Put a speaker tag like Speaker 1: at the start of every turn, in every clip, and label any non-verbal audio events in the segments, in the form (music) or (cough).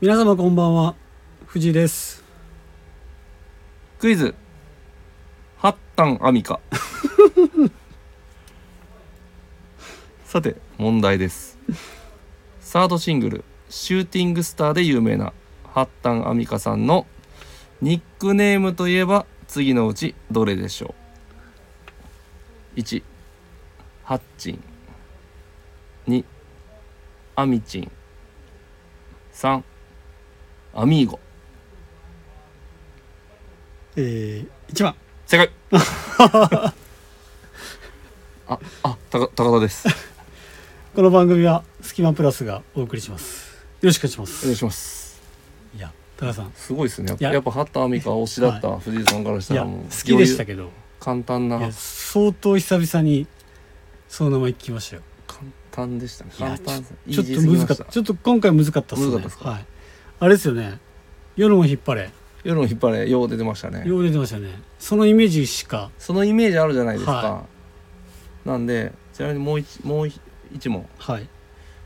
Speaker 1: 皆様こんばんは藤井です
Speaker 2: クイズハッタンアミカさて問題ですサードシングル「シューティングスター」で有名なハッタンアミカさんのニックネームといえば次のうちどれでしょう1ハッチン2アミチン3アミーゴ
Speaker 1: えー、1番
Speaker 2: 正 (laughs) 解あ、あ、たか高田です。
Speaker 1: この番組はスキマプラスがお送りしますよろしくお願いしま
Speaker 2: お願い
Speaker 1: す
Speaker 2: します。
Speaker 1: いや高田さん
Speaker 2: すごいですね。やっ
Speaker 1: いや
Speaker 2: ぱやっぱ畑アミカ推しだった藤井さんからし
Speaker 1: い
Speaker 2: た
Speaker 1: や
Speaker 2: らもう
Speaker 1: 好きでした
Speaker 2: ど。
Speaker 1: けど
Speaker 2: 簡単ない
Speaker 1: や相当久々にその名前聞きましたよ
Speaker 2: 簡単でしたね。
Speaker 1: いや
Speaker 2: 簡単です
Speaker 1: ちょっと難かったちょっと今回難かったっすね
Speaker 2: 難かったっすか
Speaker 1: はい、あれですよね夜も引っ張れ
Speaker 2: 夜の引っ張れよう出てましたね。
Speaker 1: よう出てましたよねそのイメージしか
Speaker 2: そのイメージあるじゃないですか。
Speaker 1: は
Speaker 2: なんでちなみにもう一もう一問
Speaker 1: はい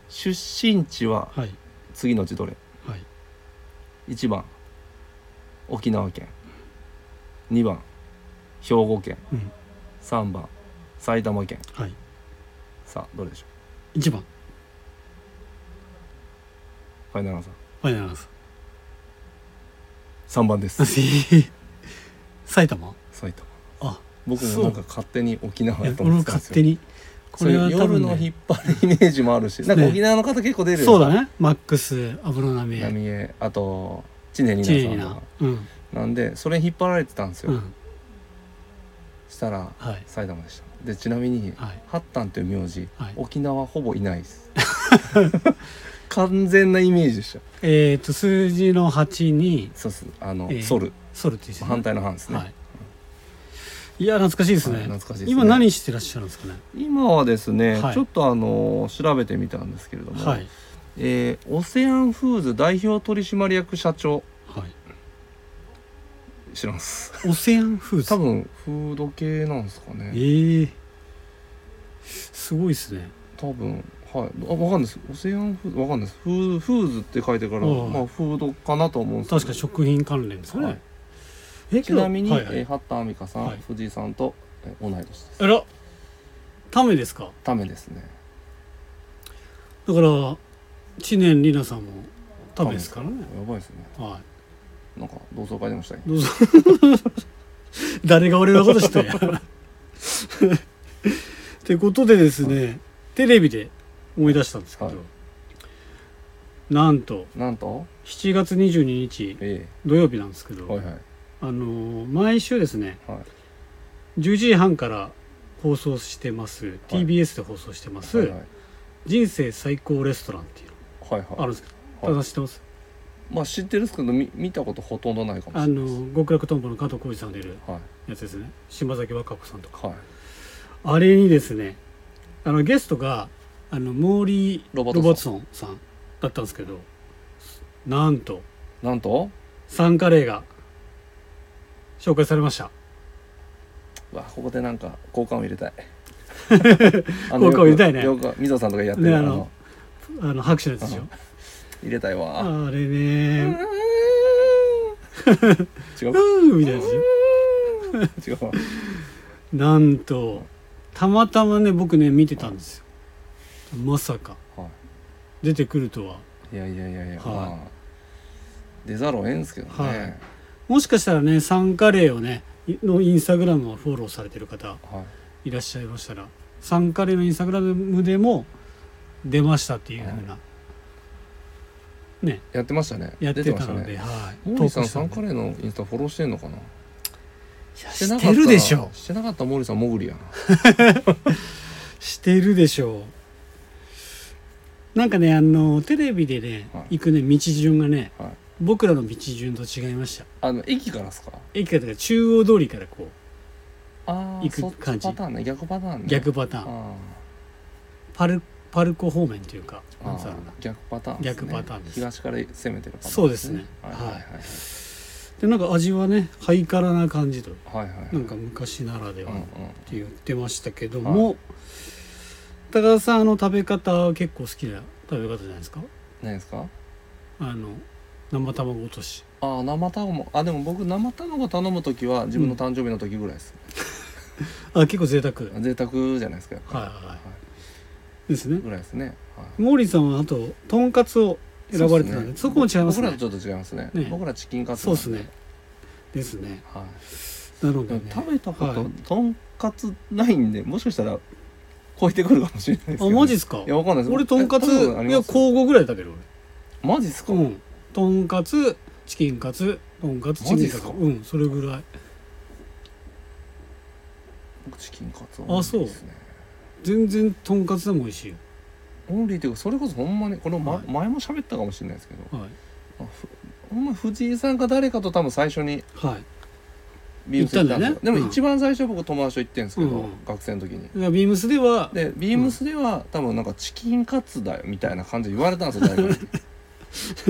Speaker 2: 出身地は
Speaker 1: はい
Speaker 2: 次のうちどれ？
Speaker 1: はい
Speaker 2: 一番沖縄県二番兵庫県
Speaker 1: うん
Speaker 2: 三番埼玉県
Speaker 1: はい
Speaker 2: さあどれでしょ
Speaker 1: 1番
Speaker 2: うファイナルアンサー
Speaker 1: ファイナルアンサー
Speaker 2: 三番です
Speaker 1: (laughs) 埼玉
Speaker 2: 埼玉
Speaker 1: あ
Speaker 2: 僕もなんか勝手に沖縄
Speaker 1: いや
Speaker 2: やと
Speaker 1: 俺
Speaker 2: 思
Speaker 1: も
Speaker 2: ってた
Speaker 1: 勝
Speaker 2: んですよ
Speaker 1: 手にこれは
Speaker 2: そうい
Speaker 1: 多
Speaker 2: う夜
Speaker 1: 分、
Speaker 2: の引
Speaker 1: ね、
Speaker 2: っ張るイメージもあるし、なんか
Speaker 1: ね
Speaker 2: 沖縄の方結構出るよ
Speaker 1: そうだねマックス油波波
Speaker 2: 浪江あと知念
Speaker 1: チ
Speaker 2: 里
Speaker 1: ェ
Speaker 2: 奈
Speaker 1: な
Speaker 2: さんとか
Speaker 1: うん
Speaker 2: なんでそれに引っ張られてたんですよ、
Speaker 1: うん
Speaker 2: したら
Speaker 1: はい
Speaker 2: 埼玉でしたでちなみに
Speaker 1: はい
Speaker 2: ハッタンという名字、
Speaker 1: はい
Speaker 2: 沖縄ほぼいないです
Speaker 1: (laughs)
Speaker 2: 完全なイメージでした
Speaker 1: えっ、と数字の8に
Speaker 2: そうっすあの、
Speaker 1: えー
Speaker 2: ソル
Speaker 1: ソルっていう字ね
Speaker 2: 反対の反ですね、
Speaker 1: はいいや懐かしいですね,、
Speaker 2: はい懐かしいですね
Speaker 1: 今何してらっしゃるんですかね
Speaker 2: 今はですね、
Speaker 1: はい
Speaker 2: ちょっとあの調べてみたんですけれども、
Speaker 1: はい
Speaker 2: えーオセアンフーズ代表取締役社長
Speaker 1: はい
Speaker 2: 知らんっす
Speaker 1: オセアンフーズ
Speaker 2: 多分フード系なんですか
Speaker 1: え
Speaker 2: ね
Speaker 1: ー、すごいですね
Speaker 2: 多分はいあわかんないですオセアンフーズわかんないですフーフーズって書いてから、
Speaker 1: はい
Speaker 2: まあ、フードかなと思うんです
Speaker 1: 確か食品関連ですかね、
Speaker 2: はい
Speaker 1: え
Speaker 2: ちなみに、
Speaker 1: はいはい
Speaker 2: えー、八田亜美香さん、
Speaker 1: はい
Speaker 2: 藤井さんと、えー同い年です
Speaker 1: あらためですか
Speaker 2: ためですね
Speaker 1: だから知念里奈さんもためですからね
Speaker 2: やばいですね
Speaker 1: は
Speaker 2: なんか同窓会でもしたい
Speaker 1: いどうぞ誰が俺のことしたんやってことでですね、テレビで思い出したんですけど、
Speaker 2: はい
Speaker 1: なんと
Speaker 2: なんと
Speaker 1: 7月22日
Speaker 2: え
Speaker 1: 土曜日なんですけ
Speaker 2: え
Speaker 1: ど、
Speaker 2: はいはい
Speaker 1: あのー毎週ですね
Speaker 2: はい
Speaker 1: 10時半から放送してます、TBS で放送してます、
Speaker 2: はいはい
Speaker 1: 人生最高レストランっていう
Speaker 2: はい
Speaker 1: のあ
Speaker 2: は
Speaker 1: る
Speaker 2: い
Speaker 1: んですけど、
Speaker 2: はい
Speaker 1: 高田さん知ってます
Speaker 2: まあ知ってるんですけど見見たことほとんどないかも
Speaker 1: あ
Speaker 2: しれない
Speaker 1: の
Speaker 2: です
Speaker 1: 極楽とんぼの加藤浩次さんが出る
Speaker 2: はい
Speaker 1: やつですね島崎和歌子さんとか
Speaker 2: はい
Speaker 1: あれにですねあのゲストがあのモーリー・
Speaker 2: ロ
Speaker 1: ロ
Speaker 2: バ
Speaker 1: バ
Speaker 2: ートソン
Speaker 1: ートソンさんだったんですけどなんと
Speaker 2: なんと
Speaker 1: サンカレーが紹介されました
Speaker 2: うわここでなんか交換を入れた
Speaker 1: (laughs)
Speaker 2: い
Speaker 1: 交換を入れたいね
Speaker 2: よくよくみぞさんとかやってる、
Speaker 1: ね
Speaker 2: あ
Speaker 1: あ
Speaker 2: の
Speaker 1: のあの拍手のやつでしょ
Speaker 2: 入れたいわ
Speaker 1: あれ (laughs) ね
Speaker 2: 違う
Speaker 1: うーみたいなやつでしょ
Speaker 2: 違うわ
Speaker 1: なんとたまたまね僕ね見てたんですよまさか
Speaker 2: は
Speaker 1: 出てくるとはい
Speaker 2: いやいやいやいや、
Speaker 1: はい
Speaker 2: まあ出ざるを得んすけどね、
Speaker 1: はいもしかしたらねサンカレーをねいのインスタグラムをフォローされてる方
Speaker 2: はい
Speaker 1: いらっしゃいましたらサンカレーのインスタグラムでも出ましたっていうふうな、ね
Speaker 2: やってましたね
Speaker 1: やって
Speaker 2: 出
Speaker 1: た
Speaker 2: ま
Speaker 1: の
Speaker 2: した
Speaker 1: で、
Speaker 2: ね
Speaker 1: はい
Speaker 2: モーリーさんサン
Speaker 1: んで
Speaker 2: カレーのインスタフォローしてんのかない
Speaker 1: や
Speaker 2: し
Speaker 1: して
Speaker 2: なかった
Speaker 1: て
Speaker 2: ら
Speaker 1: るでしょ
Speaker 2: してなかったらモーリーさんモグリやな
Speaker 1: してるでしょうなんかねあのテレビでね、
Speaker 2: は
Speaker 1: 行くね道順がね、
Speaker 2: はい
Speaker 1: 僕らの道順と違いました
Speaker 2: あの駅からですか
Speaker 1: 駅からというか中央通りからこう
Speaker 2: ああ
Speaker 1: 行く感じ
Speaker 2: パターンね逆パターンね
Speaker 1: 逆パターン、
Speaker 2: あ
Speaker 1: パルパルコ方面というか
Speaker 2: ー
Speaker 1: な
Speaker 2: あ
Speaker 1: んつうのか
Speaker 2: ー
Speaker 1: な
Speaker 2: 逆パターンですね、
Speaker 1: 逆パターンです
Speaker 2: 東から攻めてるパターン
Speaker 1: そうですね
Speaker 2: はい
Speaker 1: はい
Speaker 2: は
Speaker 1: でなんか味はねハイカラな感じと
Speaker 2: いはいはいはい
Speaker 1: なんか昔ならで
Speaker 2: う
Speaker 1: は
Speaker 2: ん
Speaker 1: っ
Speaker 2: うん
Speaker 1: て言ってましたけども、高田さんあの食べ方は結構好きな食べ方じゃないですか
Speaker 2: 何ですか
Speaker 1: あの生卵落とし
Speaker 2: ああ生卵あでも僕生卵頼む時は自分の誕生日の時ぐらいです、
Speaker 1: あ結構贅沢はい
Speaker 2: 贅沢じゃないですかやっぱ
Speaker 1: はいはいですね
Speaker 2: ぐらいですね、はい
Speaker 1: モーリーさんはあととんかつを選ばれてたんでそ
Speaker 2: そう
Speaker 1: こも違います
Speaker 2: 僕
Speaker 1: ね
Speaker 2: らとちょっと違いますね
Speaker 1: ね
Speaker 2: 僕らチキンカツ
Speaker 1: そ
Speaker 2: な
Speaker 1: うんですねですね
Speaker 2: はい
Speaker 1: なので、
Speaker 2: でも
Speaker 1: ね、
Speaker 2: 食べたこと、
Speaker 1: はい
Speaker 2: とんかつないんでもしかしたら超えてくるかもしれないですけ
Speaker 1: あ
Speaker 2: ど、
Speaker 1: マジっすか
Speaker 2: いやわかんないです
Speaker 1: 俺とんかつい
Speaker 2: え多分あり
Speaker 1: や
Speaker 2: ます
Speaker 1: 交互ぐらいだけど
Speaker 2: マジっすか、
Speaker 1: 俺うんとんかつチキンカツとんかつチキ
Speaker 2: マジ
Speaker 1: ン
Speaker 2: っ
Speaker 1: カ
Speaker 2: す
Speaker 1: ツ
Speaker 2: か
Speaker 1: うんそれぐらい
Speaker 2: 僕チキンカツ
Speaker 1: あそう
Speaker 2: 多いですね
Speaker 1: 全然とんかつでも美味しいよ
Speaker 2: オンリーというかそれこそほんまにこれ、ま
Speaker 1: はい
Speaker 2: 前も喋ったかもしれないですけど
Speaker 1: はい
Speaker 2: あふほんま藤井さんか誰かと多分最初に
Speaker 1: はい
Speaker 2: ビームス行ったんです
Speaker 1: 行ったん
Speaker 2: よ
Speaker 1: だ
Speaker 2: で
Speaker 1: よね
Speaker 2: も一番最初僕友達と行ってんですけど、
Speaker 1: うん
Speaker 2: 学生の時に
Speaker 1: だからビームスでは
Speaker 2: でビームスでは、多分なんかチキンカツだよみたいな感じで言われたんです
Speaker 1: (laughs)
Speaker 2: よ誰か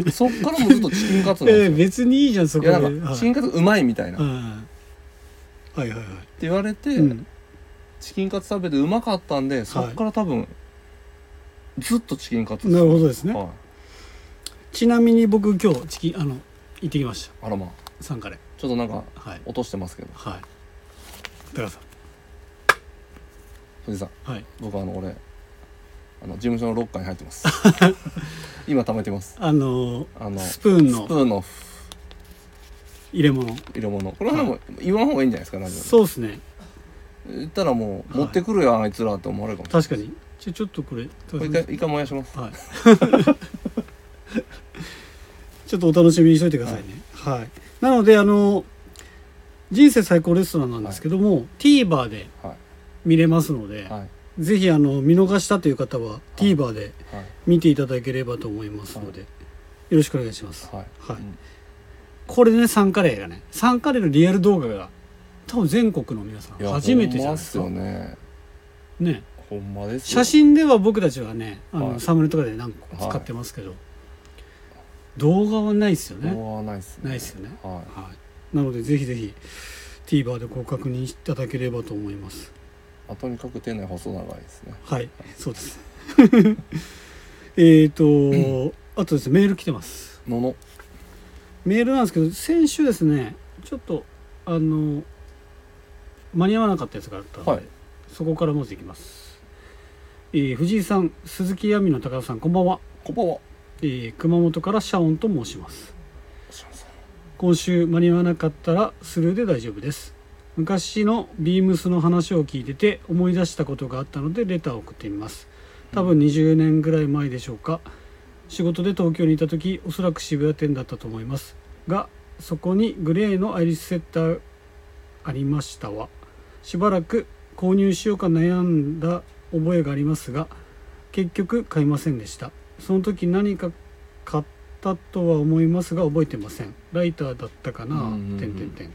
Speaker 2: にそっからもずっとチキンカツなん
Speaker 1: え
Speaker 2: ですよ、
Speaker 1: 別にいいじゃんそこ
Speaker 2: い
Speaker 1: で
Speaker 2: や
Speaker 1: は
Speaker 2: なんかチキ
Speaker 1: い
Speaker 2: ンカツうまいみたいな、
Speaker 1: う
Speaker 2: っ
Speaker 1: んはいはいはい
Speaker 2: て言われて、
Speaker 1: うん
Speaker 2: チキンカツ食べてうまかったんでそっから多分、ずっとチキンカツです
Speaker 1: なるほどですね
Speaker 2: はい、
Speaker 1: ちなみに僕今日チキンあの行ってきました
Speaker 2: あらまあ
Speaker 1: サンカレー
Speaker 2: ちょっとなんか
Speaker 1: はい
Speaker 2: 落としてますけど
Speaker 1: はい高さ
Speaker 2: 藤井さん
Speaker 1: んはい
Speaker 2: 僕あの俺あの事務所のロッカーに入ってます
Speaker 1: (laughs)
Speaker 2: 今貯めてます
Speaker 1: あのー
Speaker 2: あの
Speaker 1: スプーン
Speaker 2: スプ
Speaker 1: の
Speaker 2: ーンの
Speaker 1: 入れ物
Speaker 2: 入れ物これはでも言わん方がいいんじゃないですかラジ
Speaker 1: そうですね
Speaker 2: オで言ったらもう
Speaker 1: はい
Speaker 2: 持ってくるよあいつらって思われるかもしれない
Speaker 1: 確かにじゃあちょっとこれ
Speaker 2: これ一回一回燃やします
Speaker 1: はい (laughs) ちょっとお楽しみにしといてくださいねはい、なのであの人生最高レストランなんですけども、TVer で
Speaker 2: は
Speaker 1: 見れますので、
Speaker 2: いはいはい
Speaker 1: ぜひあの見逃したという方は TVer で見ていただければと思いますので、よろしくお願いします、
Speaker 2: はい
Speaker 1: はい
Speaker 2: うん
Speaker 1: これでねサンカレーがねサンカレーのリアル動画が多分全国の皆さん
Speaker 2: いや
Speaker 1: 初めてじゃない
Speaker 2: ほんま
Speaker 1: で
Speaker 2: っ
Speaker 1: す
Speaker 2: す
Speaker 1: か
Speaker 2: よね
Speaker 1: ね
Speaker 2: ほんまですよ
Speaker 1: 写真では僕たちはねあの、
Speaker 2: はい
Speaker 1: サムネとかで何個か使ってますけど、動画はないですよね
Speaker 2: 動画はないっすね
Speaker 1: ないですよね、
Speaker 2: は
Speaker 1: はい、なのでぜひぜひ TVer でご確認いただければと思います
Speaker 2: いあとにかく店内細長いですね
Speaker 1: はいそうです (laughs) えっと、あとですねメール来てます
Speaker 2: のの
Speaker 1: メールなんですけど先週ですねちょっとあの間に合わなかったやつがあったので、
Speaker 2: はい
Speaker 1: そこからまずいきます、えー藤井さん鈴木亜美の高田さんこんばんは、
Speaker 2: こんばんは
Speaker 1: えー熊本からシャオンと申します
Speaker 2: しました
Speaker 1: 今週間に合わなかったらスルーで大丈夫です昔のビームスの話を聞いてて思い出したことがあったのでレターを送ってみます多分20年ぐらい前でしょうか仕事で東京にいた時おそらく渋谷店だったと思いますがそこにグレーのアイリスセッターありましたわしばらく購入しようか悩んだ覚えがありますが結局買いませんでしたその時何か買ったとは思いますが覚えてませんライターだったかな
Speaker 2: うんうんうん
Speaker 1: 点々点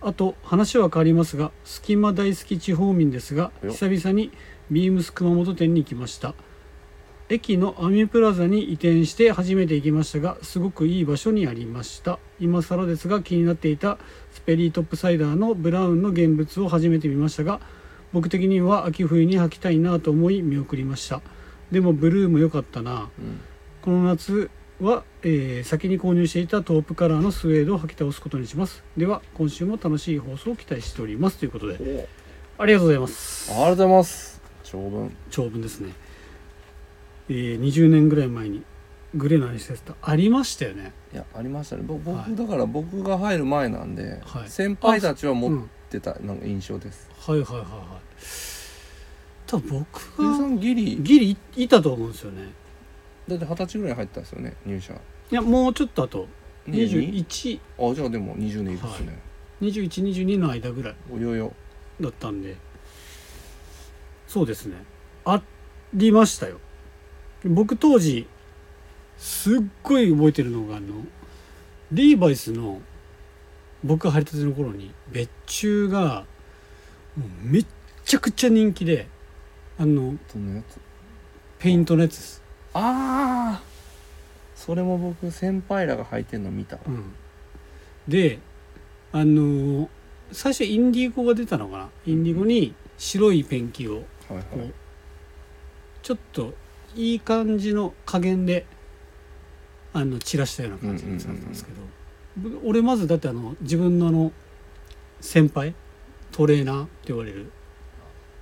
Speaker 1: あと話は変わりますが隙間大好き地方民ですが
Speaker 2: よ
Speaker 1: 久々にビームス熊本店に行きました駅のアミュプラザに移転して初めて行きましたがすごくいい場所にありました今更ですが気になっていたスペリートップサイダーのブラウンの現物を初めて見ましたが僕的には秋冬に履きたいなと思い見送りましたでもブルーも良かったな
Speaker 2: うん
Speaker 1: この夏は、えー先に購入していたトープカラーのスウェードを履き倒すことにしますでは今週も楽しい放送を期待しておりますということで
Speaker 2: お
Speaker 1: ありがとうございます
Speaker 2: ありがとうございます長文
Speaker 1: 長文ですね、えー20年ぐらい前にグレーのアリセスタありましたよね
Speaker 2: いやありましたねぼ僕、
Speaker 1: はい
Speaker 2: だから僕が入る前なんで、
Speaker 1: はい
Speaker 2: 先輩たちは
Speaker 1: う
Speaker 2: 持っ
Speaker 1: ん
Speaker 2: てたなんか印象です
Speaker 1: はいはいはいはい多分僕
Speaker 2: 藤井さ
Speaker 1: が
Speaker 2: んギリ
Speaker 1: ギリいたと思うんですよね
Speaker 2: だって二十歳ぐらいに入ったんですよね入社
Speaker 1: いやもうちょっとあと
Speaker 2: 22
Speaker 1: 2121
Speaker 2: あじゃあでも20年いくっすね、
Speaker 1: 22の間ぐらい
Speaker 2: およよ
Speaker 1: だったんでそうですねありましたよ僕当時すっごい覚えてるのがあのリーバイスの僕が入りたての頃に別注がもうめっちゃくちゃ人気であの
Speaker 2: どのやつ
Speaker 1: ペイントのやつです、
Speaker 2: ああそれも僕先輩らが履いてんの見たわ
Speaker 1: うん、であの最初インディゴが出たのかなインディゴに白いペンキを
Speaker 2: はいはい
Speaker 1: ちょっといい感じの加減であの散らしたような感じのやつだったんですけど、僕俺まずだってあの自分のあの先輩トレーナーって言われる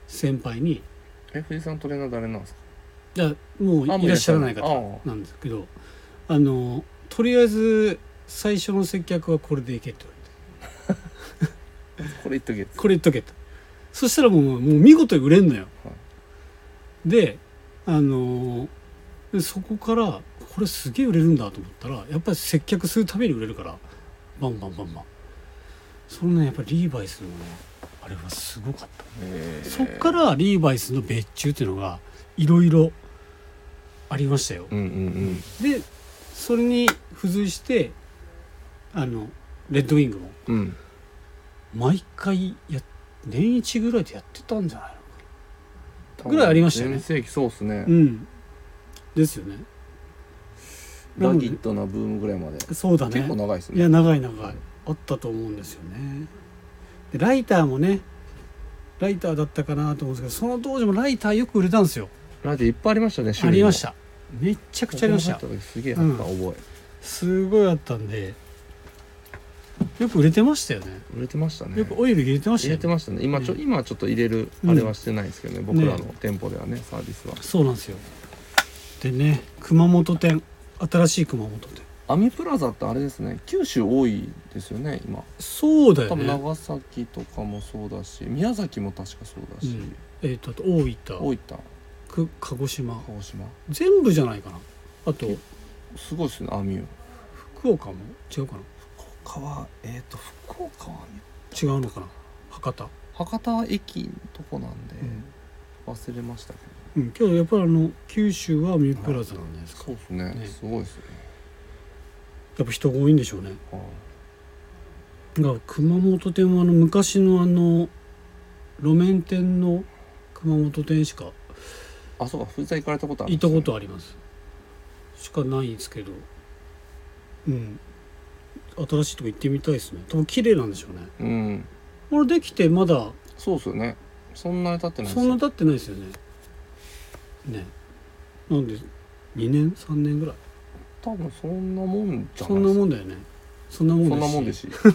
Speaker 1: 先輩に
Speaker 2: え藤井さんトレーナー誰なんですか
Speaker 1: じゃあもう
Speaker 2: あもう
Speaker 1: いらっしゃらない
Speaker 2: いらっしゃらない
Speaker 1: 方なんですけどあのとりあえず最初の接客はこれでいけって言われて
Speaker 2: これ言っとけっつ
Speaker 1: これ言っとけとそしたらもうもう見事に売れんのよ、
Speaker 2: は
Speaker 1: であのでそこからこれすげえ売れるんだと思ったらやっぱり接客するために売れるからバンバンバンバンそのねやっぱりリーバイスのねあれはすごかった
Speaker 2: えー
Speaker 1: そっからリーバイスの別注っていうのがいろいろありましたよ
Speaker 2: うんうんうん
Speaker 1: でそれに付随してあのレッドウィングも
Speaker 2: うん
Speaker 1: 毎回や年一ぐらいでやってたんじゃないぐらいありましたよね
Speaker 2: 全盛期そうっすね
Speaker 1: のうんですよね
Speaker 2: ラギットなブームぐらいまで
Speaker 1: そうだ
Speaker 2: 結
Speaker 1: ね
Speaker 2: 構長いです
Speaker 1: いや
Speaker 2: ね
Speaker 1: 長い長いあったと思うんですよねでライターもねライターだったかなと思うんですけどその当時もライターよく売れたんですよ
Speaker 2: ラギットいっぱいありましたね
Speaker 1: ありましたためっちゃくちゃありました
Speaker 2: すげえあった覚
Speaker 1: すごいあったんでよく売れてましたよね
Speaker 2: え売れてましたね
Speaker 1: よくオイル入れてまし
Speaker 2: 入
Speaker 1: たよ
Speaker 2: れて
Speaker 1: ね
Speaker 2: ましたね今ちょ
Speaker 1: う
Speaker 2: 今はちょっと入れる
Speaker 1: うん
Speaker 2: あれはしてないんですけどね僕らの
Speaker 1: ね
Speaker 2: 店舗ではねサービスは
Speaker 1: そうなんですよでね熊本店新しい熊本店
Speaker 2: アミプラザってあれですね九州多いですよね今
Speaker 1: そうだよ
Speaker 2: 多分
Speaker 1: ね
Speaker 2: 長崎とかもそうだし宮崎も確かそうだし
Speaker 1: うんえっ、とあと大
Speaker 2: 大
Speaker 1: 分
Speaker 2: 分
Speaker 1: く鹿児島
Speaker 2: 鹿児島
Speaker 1: 全部じゃないかなあと
Speaker 2: すごいですねアミュー
Speaker 1: 福岡も違うかな
Speaker 2: 福岡はえっと福岡はアミュー
Speaker 1: 違うのかな博多
Speaker 2: 博多駅のとこなんで
Speaker 1: うん
Speaker 2: 忘れましたけど
Speaker 1: うんけどやっぱりあの九州はミュープラザなんじゃないですか
Speaker 2: そうですね
Speaker 1: ね
Speaker 2: すごいですね
Speaker 1: やっぱ人が多いんでしょうね
Speaker 2: はい
Speaker 1: だから熊本店はあの昔のあの路面店の熊本店しか
Speaker 2: あそうか藤井さん行かれたことある
Speaker 1: 行ったことありますしかないんですけどうん新しいとこ行ってみたいですね多分綺麗なんでしょうね
Speaker 2: うん
Speaker 1: これできてまだ
Speaker 2: そうですよねそんなに経ってない
Speaker 1: そんな経ってないですよねねなんで2年3年ぐらい
Speaker 2: 多分そんなもんじゃ
Speaker 1: そ
Speaker 2: ない
Speaker 1: ん
Speaker 2: で
Speaker 1: なもんだ
Speaker 2: すか
Speaker 1: よねそんなもん
Speaker 2: そんなもんですし (laughs) ちょっ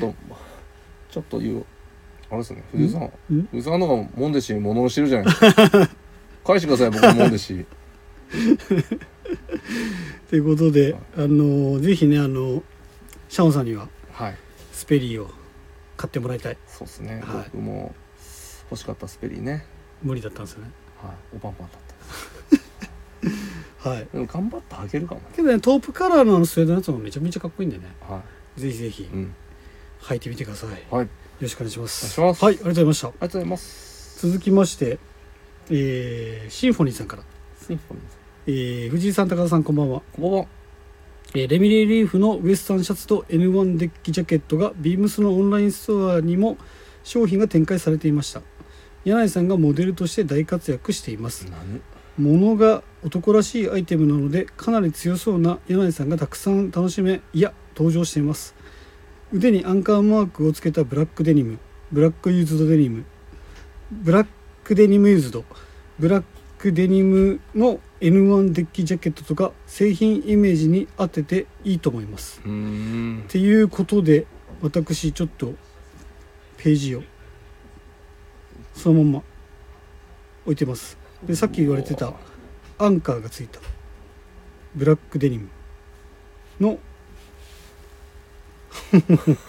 Speaker 2: とちょっと言うあれですね藤井さん
Speaker 1: ん
Speaker 2: 藤井さんの方がもんでしものをしてるじゃないですか (laughs) 返してください僕のもんでし
Speaker 1: ということで
Speaker 2: はい
Speaker 1: あのぜひねあのシャオンさんには
Speaker 2: はい
Speaker 1: スペリーを買ってもらいたい
Speaker 2: そうですね、
Speaker 1: はい
Speaker 2: 僕も欲しかったスペリーね
Speaker 1: 無理だったんですよね
Speaker 2: はいおばんばんだった
Speaker 1: はい
Speaker 2: でも頑張ってあげるかもね
Speaker 1: けどねトープカラーのあのスウェードのやつもめちゃめちゃかっこいいんでね
Speaker 2: は
Speaker 1: ぜひぜひ
Speaker 2: い、うん、
Speaker 1: 履いてみてください、よ
Speaker 2: はいあり
Speaker 1: ろしくお願いします
Speaker 2: お願いします
Speaker 1: はいありがとうございました
Speaker 2: がとうございます
Speaker 1: 続きまして、えーシンフォニーさんから、
Speaker 2: スインフォニーさ
Speaker 1: えー藤井さん高田さんこんばんは、
Speaker 2: んこんばんは
Speaker 1: えーレミレリーフのウエスタンシャツと N1 デッキジャケットがビームスのオンラインストアにも商品が展開されていました柳井さんがモデルとして大活躍しています
Speaker 2: 何
Speaker 1: 物が男らしいアイテムなのでかなり強そうな柳井さんがたくさん楽しめいや登場しています腕にアンカーマークをつけたブラックデニムブラックユーズドデニムブラックデニムユーズドブラックデニムの N1 デッキジャケットとか製品イメージに当てていいと思います
Speaker 2: うーん
Speaker 1: っていうことで私ちょっとページをそのまま置いてますでさっき言われてたアンカーがついたブラックデニムの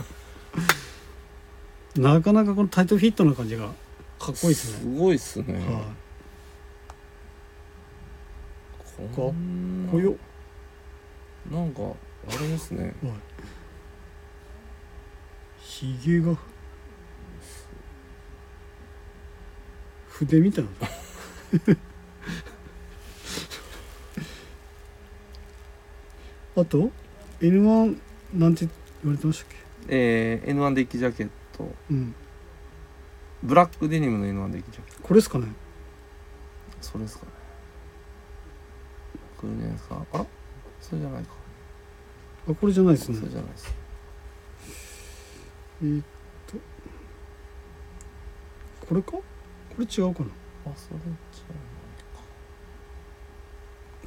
Speaker 1: (laughs) なかなかこのタイトフィットな感じがかっこいいです
Speaker 2: す
Speaker 1: ね、
Speaker 2: ごいっすね、
Speaker 1: は
Speaker 2: こん
Speaker 1: い、
Speaker 2: な
Speaker 1: こよ、
Speaker 2: なんかあれですね
Speaker 1: はい、ひげが筆みたいなの (laughs) あと N1 なんて言われてましたっけ
Speaker 2: えー、N1 デッキジャケット
Speaker 1: うん
Speaker 2: ブラックデニムの N1 デッキジャケット
Speaker 1: これですかね
Speaker 2: それですかねこれじゃないですかあらそれじゃないか
Speaker 1: あこれじゃないです
Speaker 2: それ
Speaker 1: ね
Speaker 2: じゃないです
Speaker 1: えーっとこれかこれ違うかな
Speaker 2: ああそれじゃ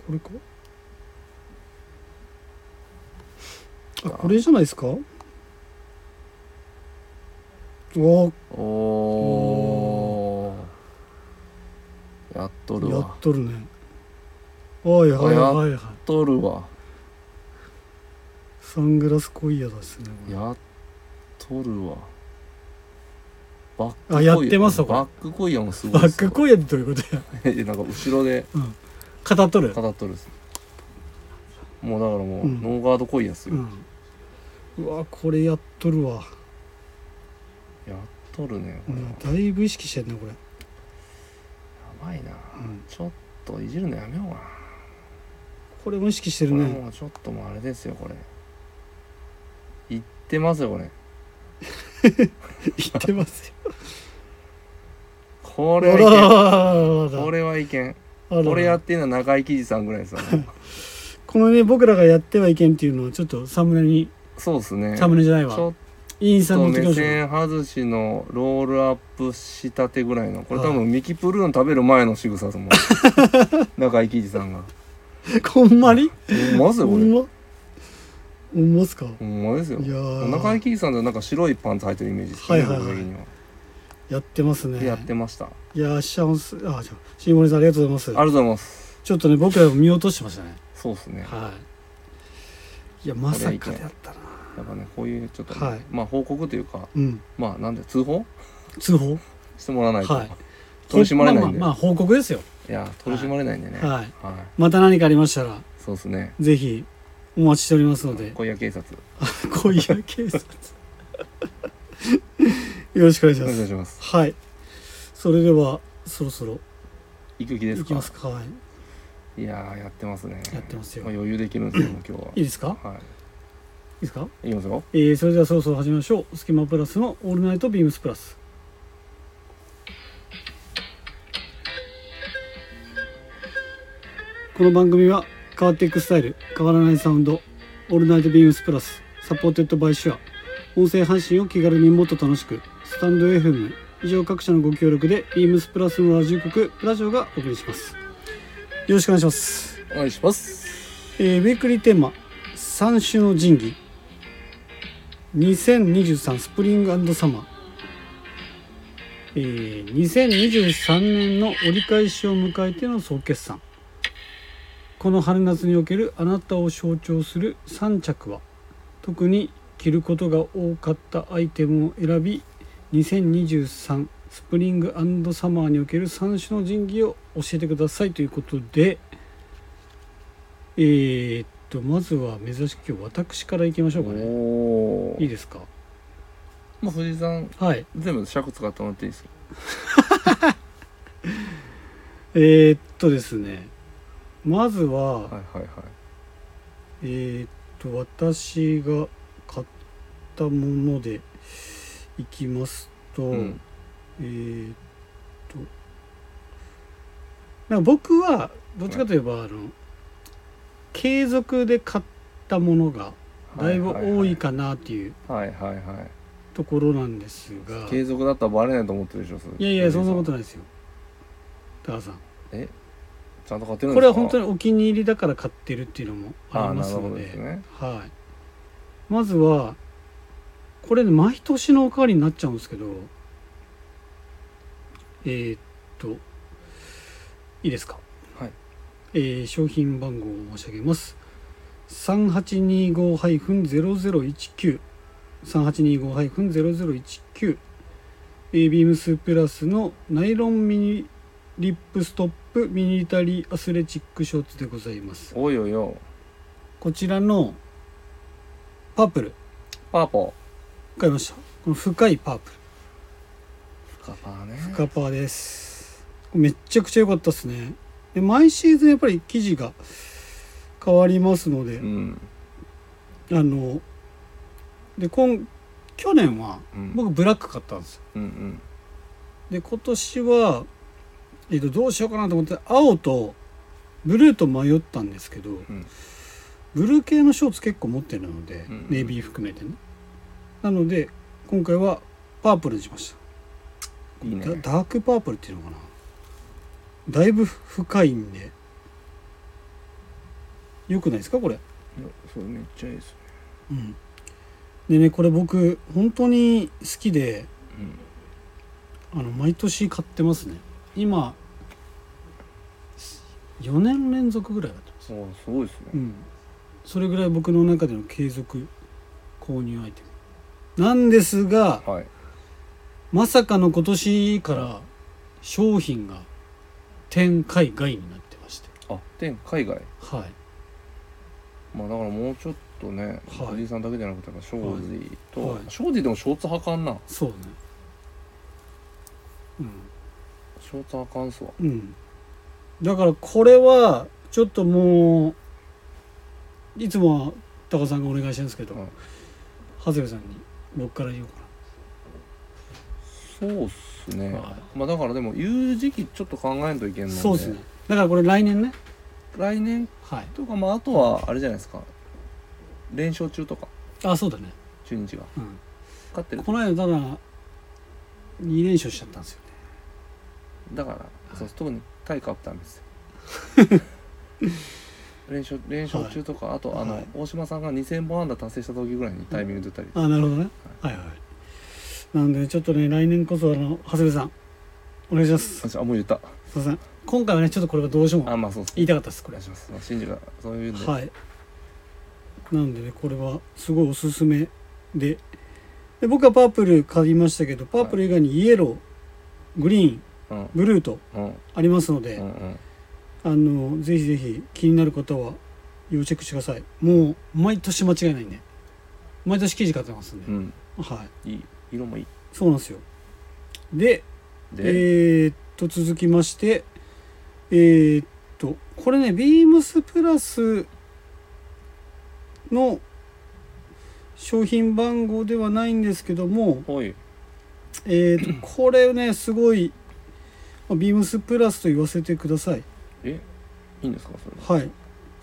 Speaker 1: これかあこれじゃないですかおー
Speaker 2: あおーやっとるわ
Speaker 1: や
Speaker 2: や
Speaker 1: っ
Speaker 2: っ
Speaker 1: とるねはいはいはいはい
Speaker 2: とるわ
Speaker 1: サングラス濃いやだですねこれ
Speaker 2: やっとるわバッ
Speaker 1: あ
Speaker 2: ク
Speaker 1: やってますわこれ
Speaker 2: バックコイヤもすご
Speaker 1: バ
Speaker 2: い
Speaker 1: ッ
Speaker 2: っすよ
Speaker 1: ク濃いやってどういうことや
Speaker 2: (laughs) なんか後ろで
Speaker 1: 語っとる
Speaker 2: 語っとるっすもうだからもう、
Speaker 1: うん
Speaker 2: ノーガードコイヤっすよ、
Speaker 1: うん、うわこれやっとるわ
Speaker 2: やっとるねこ
Speaker 1: う
Speaker 2: れは、
Speaker 1: んだいぶ意識してんねこれ
Speaker 2: やばいな、
Speaker 1: ん
Speaker 2: ちょっといじるのやめようかな
Speaker 1: これも意識してる
Speaker 2: これ
Speaker 1: ね
Speaker 2: もうちょっともうあれですよこれ言ってますよこれ
Speaker 1: 言ってますよ
Speaker 2: こ
Speaker 1: あ
Speaker 2: れ
Speaker 1: ら
Speaker 2: はいけん
Speaker 1: ら
Speaker 2: これはいけん
Speaker 1: あら
Speaker 2: これやってんのは中井貴司さんぐらいですよ
Speaker 1: このね僕らがやってはいけんっていうのをちょっとサムネに
Speaker 2: (laughs) そうですねち
Speaker 1: サ
Speaker 2: ょ
Speaker 1: ムネじゃないわ
Speaker 2: っ
Speaker 1: インスタ
Speaker 2: と
Speaker 1: に持ってき
Speaker 2: 目
Speaker 1: ましょう
Speaker 2: 線外しのロールアップしたてぐらいのこれ多
Speaker 1: は
Speaker 2: 分ミキプルーン食べる前の仕草 (laughs) だと思う中井貴司さんが
Speaker 1: ほんまに
Speaker 2: まず
Speaker 1: ほ
Speaker 2: こ
Speaker 1: ん
Speaker 2: れ
Speaker 1: まほんまっすかい
Speaker 2: ほんまです
Speaker 1: や
Speaker 2: よ
Speaker 1: ー
Speaker 2: 中井貴司さんってなんか白いパンツ履いてるイメージです
Speaker 1: はい
Speaker 2: ね
Speaker 1: はいはい
Speaker 2: 僕的には
Speaker 1: やってますね
Speaker 2: でやってましたあ
Speaker 1: いやーシャンスあじゃあ新森さんありがとうござい
Speaker 2: り
Speaker 1: ま
Speaker 2: がとうございます
Speaker 1: すちょっとね僕らも見落としてましたね
Speaker 2: そうですね
Speaker 1: はいいやまさかでやったな
Speaker 2: やっぱねこういうちょっとね、
Speaker 1: はい
Speaker 2: まあ報告というか
Speaker 1: うん
Speaker 2: まあなんで通報
Speaker 1: 通報
Speaker 2: してもらわないと、
Speaker 1: はい
Speaker 2: 取り締まれないんで、
Speaker 1: まあまあまあ報告ですよ
Speaker 2: いや取り締まれないんでねはい、
Speaker 1: はいまた何かありましたら
Speaker 2: そうですね
Speaker 1: ぜひお待ちしておりますの
Speaker 2: (laughs)
Speaker 1: で
Speaker 2: 小屋警察
Speaker 1: 今夜警察 (laughs) よろしくお願いし
Speaker 2: お
Speaker 1: ま
Speaker 2: 願い
Speaker 1: す
Speaker 2: します
Speaker 1: はいそれではそろそろ
Speaker 2: 行く気で
Speaker 1: い
Speaker 2: す
Speaker 1: き
Speaker 2: か
Speaker 1: ますかはい
Speaker 2: いやーやってますね
Speaker 1: やってますよ
Speaker 2: まあ、余裕できるんですよもう今
Speaker 1: い
Speaker 2: 日
Speaker 1: いですか
Speaker 2: ははい
Speaker 1: いですか
Speaker 2: いきますよ
Speaker 1: えー、それではそろそろ始めましょうスキマプラスのオールナイトビームスプラスこの番組は変わっていくスタイル変わらないサウンドオールナイトビームスプラスサポーテッドバイシュア音声配信を気軽にもっと楽しくスタンド FM 以上各社のご協力でビームスプラスのラジオ局ラジオがお送りしますよろしくお願いします
Speaker 2: お願いします
Speaker 1: えーウィークリーテーマ「三種の神器」2023スプリングサマー、えー、2023年の折り返しを迎えての総決算この春夏におけるあなたを象徴する3着は特に着ることが多かったアイテムを選び2023スプリングサマーにおける3種の神器を教えてくださいということでえーっとまずは珍しく今日私からいきましょ
Speaker 2: お
Speaker 1: うかね
Speaker 2: お
Speaker 1: いいですか
Speaker 2: もう藤井さん
Speaker 1: はい
Speaker 2: 全部尺使ってもらっていいですか
Speaker 1: えーっとですねまずは、
Speaker 2: はいはいはい
Speaker 1: えーっと私が買ったものでいきますと、
Speaker 2: うん
Speaker 1: えーっとなんか僕はどっちかといえば、あの継続で買ったものがだいぶ多いかなっていう
Speaker 2: はいはいはい
Speaker 1: ところなんですが、い
Speaker 2: 継続だったらバレないと思ってるでしょそれ
Speaker 1: やいやそんなこと
Speaker 2: 藤井
Speaker 1: ないですよ高田さん
Speaker 2: さんちゃんと買ってるんですか
Speaker 1: これは本当
Speaker 2: に
Speaker 1: にお気に入りだから買ってるっていうのもあります
Speaker 2: あー
Speaker 1: の
Speaker 2: なるほど
Speaker 1: で
Speaker 2: ですね
Speaker 1: はい、まずはこれね毎年のおかわりになっちゃうんですけどえーっといいですか
Speaker 2: はい
Speaker 1: えー商品番号を申し上げます3825-0019 3825-0019えービームスプラスのナイロンミニリップストップミニタリーアスレチックショーツでございます
Speaker 2: おいおいおい
Speaker 1: こちらのパープル
Speaker 2: パーポ
Speaker 1: 買いましたこの深いパープ
Speaker 2: ーカパーね
Speaker 1: ル深パーですめっちゃくちゃ良かったですねで毎シーズンやっぱり生地が変わりますので、
Speaker 2: うん
Speaker 1: あので今去年は
Speaker 2: うん
Speaker 1: 僕ブラック買ったんですよ
Speaker 2: うんうん
Speaker 1: で今年は、えっとどうしようかなと思って青とブルーと迷ったんですけど、
Speaker 2: ん
Speaker 1: ブルー系のショーツ結構持ってるので、
Speaker 2: うんうん
Speaker 1: ネイビー含めてねなので今回はパープルにしました
Speaker 2: いいね
Speaker 1: ダダークパープルっていうのかなだいぶ深いんでよくないですかこれ
Speaker 2: いやそうめっちゃいいです
Speaker 1: うんでねこれ僕本当に好きで
Speaker 2: うん
Speaker 1: あの毎年買ってますね今4年連続ぐらいだと
Speaker 2: あーすごいですね、
Speaker 1: うん、それぐらい僕の中での継続購入アイテムなんですが
Speaker 2: はい
Speaker 1: まさかの今年から商品が展開外になってまして
Speaker 2: あ天海外
Speaker 1: はい
Speaker 2: まあだからもうちょっとね、
Speaker 1: はい
Speaker 2: おじいさんだけじゃなくてやっぱ庄司と、
Speaker 1: はい
Speaker 2: 庄司でもショーツはかんな
Speaker 1: そうね
Speaker 2: ショーツはかんっすわ
Speaker 1: うん、うん、だからこれはちょっともういつもは高さんがお願いしてるんですけど、
Speaker 2: はい
Speaker 1: 長谷部さんに僕から言おうか
Speaker 2: そうっすね、
Speaker 1: は
Speaker 2: まあだからでも言う時期ちょっと考えんといけ
Speaker 1: な
Speaker 2: んので
Speaker 1: そうですねだからこれ来年ね
Speaker 2: 来年
Speaker 1: はい
Speaker 2: とかまああとはあれじゃないですか連勝中とか
Speaker 1: あそうだね
Speaker 2: 中日が
Speaker 1: うん
Speaker 2: 勝ってる
Speaker 1: この間ただ2連勝しちゃったんですよね
Speaker 2: だからそう特にタイカップダメです
Speaker 1: (laughs)
Speaker 2: よ連勝連勝中とか、あとあの、
Speaker 1: はい
Speaker 2: 大島さんが2000本安打達成した時ぐらいにタイミング出たり、
Speaker 1: あなるほどねはいはいなんでちょっとね来年こそあの長谷部さんお願いしますす
Speaker 2: あもう言った
Speaker 1: いません今回はねちょっとこれがどうして
Speaker 2: あ
Speaker 1: も
Speaker 2: まあそうっす
Speaker 1: 言いたかったです
Speaker 2: お
Speaker 1: これ
Speaker 2: 願いしますまあ真珠がそういうんで、
Speaker 1: はいなんでねこれはすごいおすすめでで僕はパープル買いましたけどパープル以外にイエローグリーン
Speaker 2: うん
Speaker 1: ブルーと
Speaker 2: うん
Speaker 1: ありますので、
Speaker 2: うんうん
Speaker 1: あのぜひぜひ気になる方は要チェックしてくださいもう毎年間違いないんで毎年記事買ってますんで、
Speaker 2: うん
Speaker 1: はい
Speaker 2: いい色もいい
Speaker 1: そうなんですよでえ
Speaker 2: で、
Speaker 1: ーっと続きましてえーっとこれねビームスプラスの商品番号ではないんですけども、
Speaker 2: おい
Speaker 1: えーっとこれねすごいまあビームスプラスと言わせてください
Speaker 2: えいいんですかそれ
Speaker 1: はい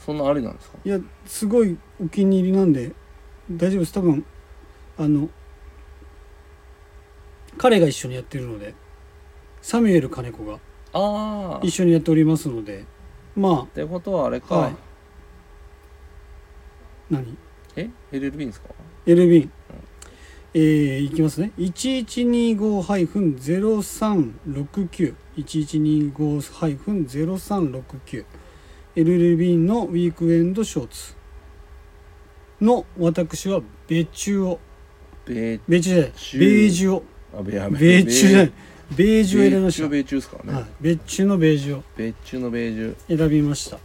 Speaker 2: そんなありなんですか
Speaker 1: いやすごいお気に入りなんで大丈夫です多分あの彼が一緒にやってるのでサミュエル金子が
Speaker 2: ああ
Speaker 1: 一緒にやっておりますのでま
Speaker 2: ってことはあれか、
Speaker 1: はいあ何
Speaker 2: え LLB ですか
Speaker 1: LB えー、いきますね1125-03691125-0369 LLB のウィークエンドショーツの私は米中を
Speaker 2: 米
Speaker 1: 米中じゃない
Speaker 2: 中
Speaker 1: ベージュを
Speaker 2: あ米米
Speaker 1: 米中じゃないベージュを選びま
Speaker 2: 米
Speaker 1: した
Speaker 2: 中米中ですからね、
Speaker 1: はい、米中のベージュを
Speaker 2: 米中の米中
Speaker 1: 選びました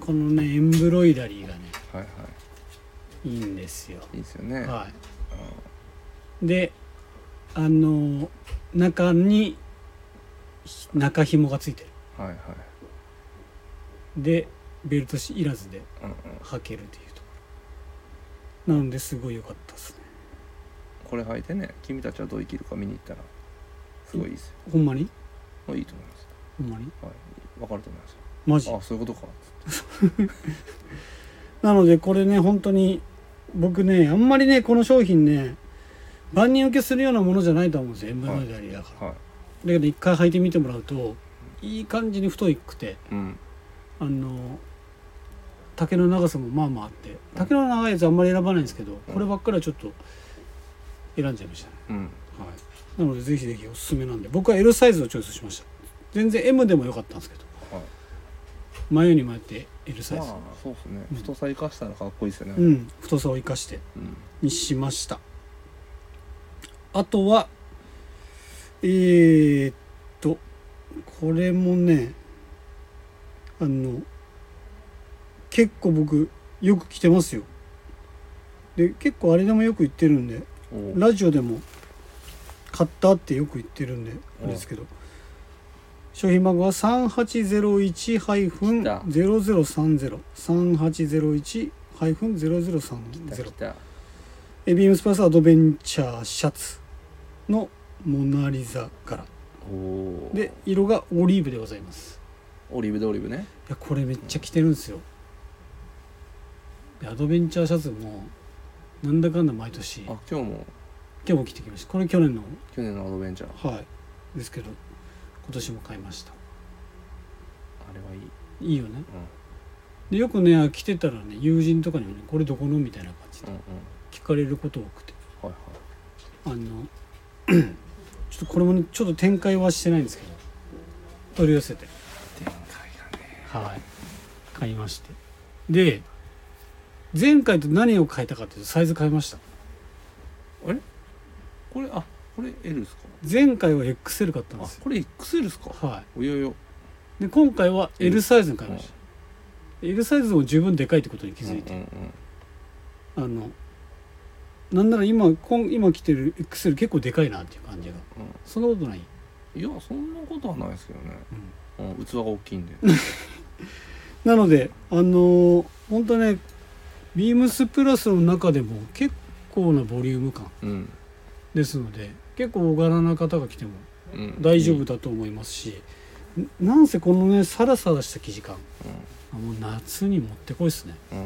Speaker 1: このねエンブロイダリーがね
Speaker 2: はいはい
Speaker 1: いんですよ
Speaker 2: いいいですよね、
Speaker 1: はいであの中にひ中紐がついてる
Speaker 2: はいはい
Speaker 1: でベルトしいらずで
Speaker 2: うんうん
Speaker 1: 履けるというところなのですごい良かったですね
Speaker 2: これ履いてね君たちはどう生きるか見に行ったらすごいいいですよ
Speaker 1: ほんまに
Speaker 2: もういいと思います
Speaker 1: ほんまに
Speaker 2: はいわかると思います
Speaker 1: マジ
Speaker 2: あそういうことか
Speaker 1: なのでこれね本当に僕ねあんまりねこの商品ね万人受けするようなものじゃないと思うんですよ M のダリーだから、
Speaker 2: はい
Speaker 1: だけど一回履いてみてもらうといい感じに太くて
Speaker 2: うん
Speaker 1: あの竹の長さもまあまああって竹の長いやつあんまり選ばないんですけどこればっかりはちょっと選んじゃいましたね、
Speaker 2: うん
Speaker 1: はい、なのでぜひぜひおすすめなんで僕は L サイズをチョイスしました全然 M でもよかったんですけど
Speaker 2: はい
Speaker 1: 迷いに迷って L サイ
Speaker 2: まあ
Speaker 1: ズ、
Speaker 2: そうですね
Speaker 1: うん
Speaker 2: 太さ生かしたらかっこいいですよね
Speaker 1: うん太さを生かして
Speaker 2: うん
Speaker 1: にしましたあとはえー、っとこれもねあの結構僕よく着てますよで結構あれでもよく言ってるんで
Speaker 2: おう
Speaker 1: ラジオでも買ったってよく言ってるんで
Speaker 2: お
Speaker 1: あれですけど商品番号は3801-0030 3801-0030
Speaker 2: 来た来た
Speaker 1: エビームスパラスアドベンチャーシャツのモナリザ柄
Speaker 2: おお
Speaker 1: で色がオリーブでございます
Speaker 2: オリーブでオリーブね
Speaker 1: いやこれめっちゃ着てるんですよでアドベンチャーシャツもなんだかんだ毎年
Speaker 2: あ今日も
Speaker 1: 今日も着てきましたこれ去年の
Speaker 2: 去年のアドベンチャー
Speaker 1: はいですけど今年も買いました
Speaker 2: あれはいい、
Speaker 1: いいよねでよくね来てたらね友人とかにもね「これどこの?」みたいな感じ
Speaker 2: う
Speaker 1: で
Speaker 2: んうん
Speaker 1: 聞かれること多くて
Speaker 2: はいはい
Speaker 1: あの (clears throat) ちょっとこれもねちょっと展開はしてないんですけど取り寄せて
Speaker 3: 展開がね
Speaker 1: はい買いましてで前回と何を変えたかというとサイズ変えました
Speaker 2: これあこれ L ですか
Speaker 1: 前回は XL 買ったん
Speaker 2: あ
Speaker 1: ですよ
Speaker 2: これ XL ですか
Speaker 1: は
Speaker 2: およよ
Speaker 1: いで今回は L サイズに変えました、L サイズでも十分でかいってことに気づいて、
Speaker 2: うんうんうん
Speaker 1: あのなんなら今今今着てる XL 結構でかいなっていう感じが、
Speaker 2: うん
Speaker 1: そんなことない
Speaker 2: いやそんなことはないですけどね、うん、器が大きいん
Speaker 1: (laughs)
Speaker 2: で
Speaker 1: なのであのー、本当ねビームスプラスの中でも結構なボリューム感
Speaker 2: うん、
Speaker 1: ですので結構大柄な方が来ても
Speaker 2: うん、
Speaker 1: 大丈
Speaker 2: う
Speaker 1: 夫
Speaker 2: ん
Speaker 1: だと思いますし、んなんせこのねサラサラした生地感あもう夏にもってこいですね、
Speaker 2: う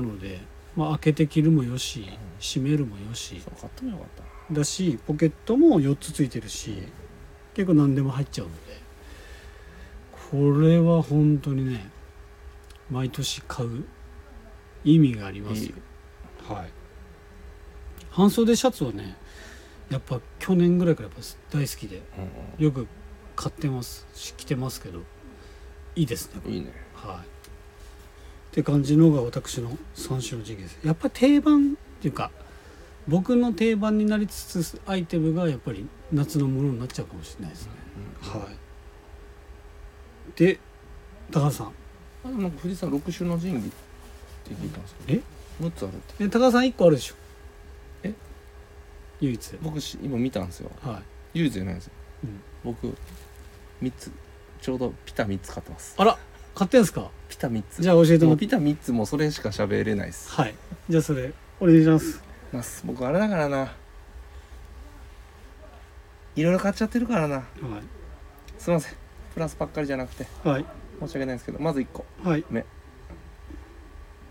Speaker 1: うん、なので、まあ、開けて着るもよし閉めるもよし
Speaker 2: そう買ってもよかったな
Speaker 1: だしポケットも4つついてるし結構何でも入っちゃうのでこれは本当にね毎年買う意味がありますよはい半袖シャツはねやっぱ去年ぐらいからやっぱ大好きで
Speaker 2: うん
Speaker 1: よく買ってますし着てますけどいいですね
Speaker 2: うんいいね
Speaker 1: はいって感じのが私の三種の時期ですやっぱり定番っていうか僕の定番になりつつアイテムがやっぱり夏のものになっちゃうかもしれないですね、はいで高田さん
Speaker 2: あでもなんか藤井さん6種の神器って聞いたんですけど6つあるって
Speaker 1: え高田さん1個あるでしょ
Speaker 2: え
Speaker 1: 唯一
Speaker 2: 僕し今見たんですよ
Speaker 1: はい
Speaker 2: 唯一じゃないですよ、
Speaker 1: うん
Speaker 2: 僕3つちょうどピタ3つ買ってます
Speaker 1: あら買ってんすか
Speaker 2: ピタ3つ
Speaker 1: じゃあ教えて
Speaker 2: も
Speaker 1: もら
Speaker 2: う
Speaker 1: って
Speaker 2: ピタ3つもそれしか喋れないっす
Speaker 1: はいじゃあそれお願いします
Speaker 2: なす僕あれだからないろいろ買っちゃってるからな
Speaker 1: は
Speaker 2: すいませんプラスばっかりじゃなくて
Speaker 1: いはい
Speaker 2: 申し訳ないんですけどまず1個
Speaker 1: はい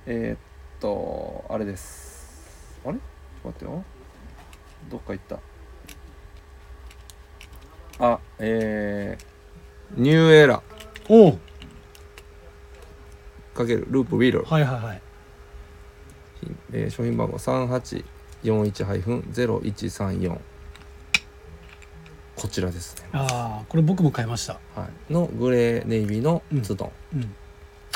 Speaker 2: えー、っとあれですあれちょっと待ってよどっか行ったあえ
Speaker 3: ニューエラ
Speaker 1: おう
Speaker 3: かけるループウィール、
Speaker 1: はいはいはい
Speaker 3: えー商品番号3841-0134こちらですね、
Speaker 1: ああこれ僕も買いました
Speaker 3: はい、のグレーネイビーのツートン、
Speaker 1: うん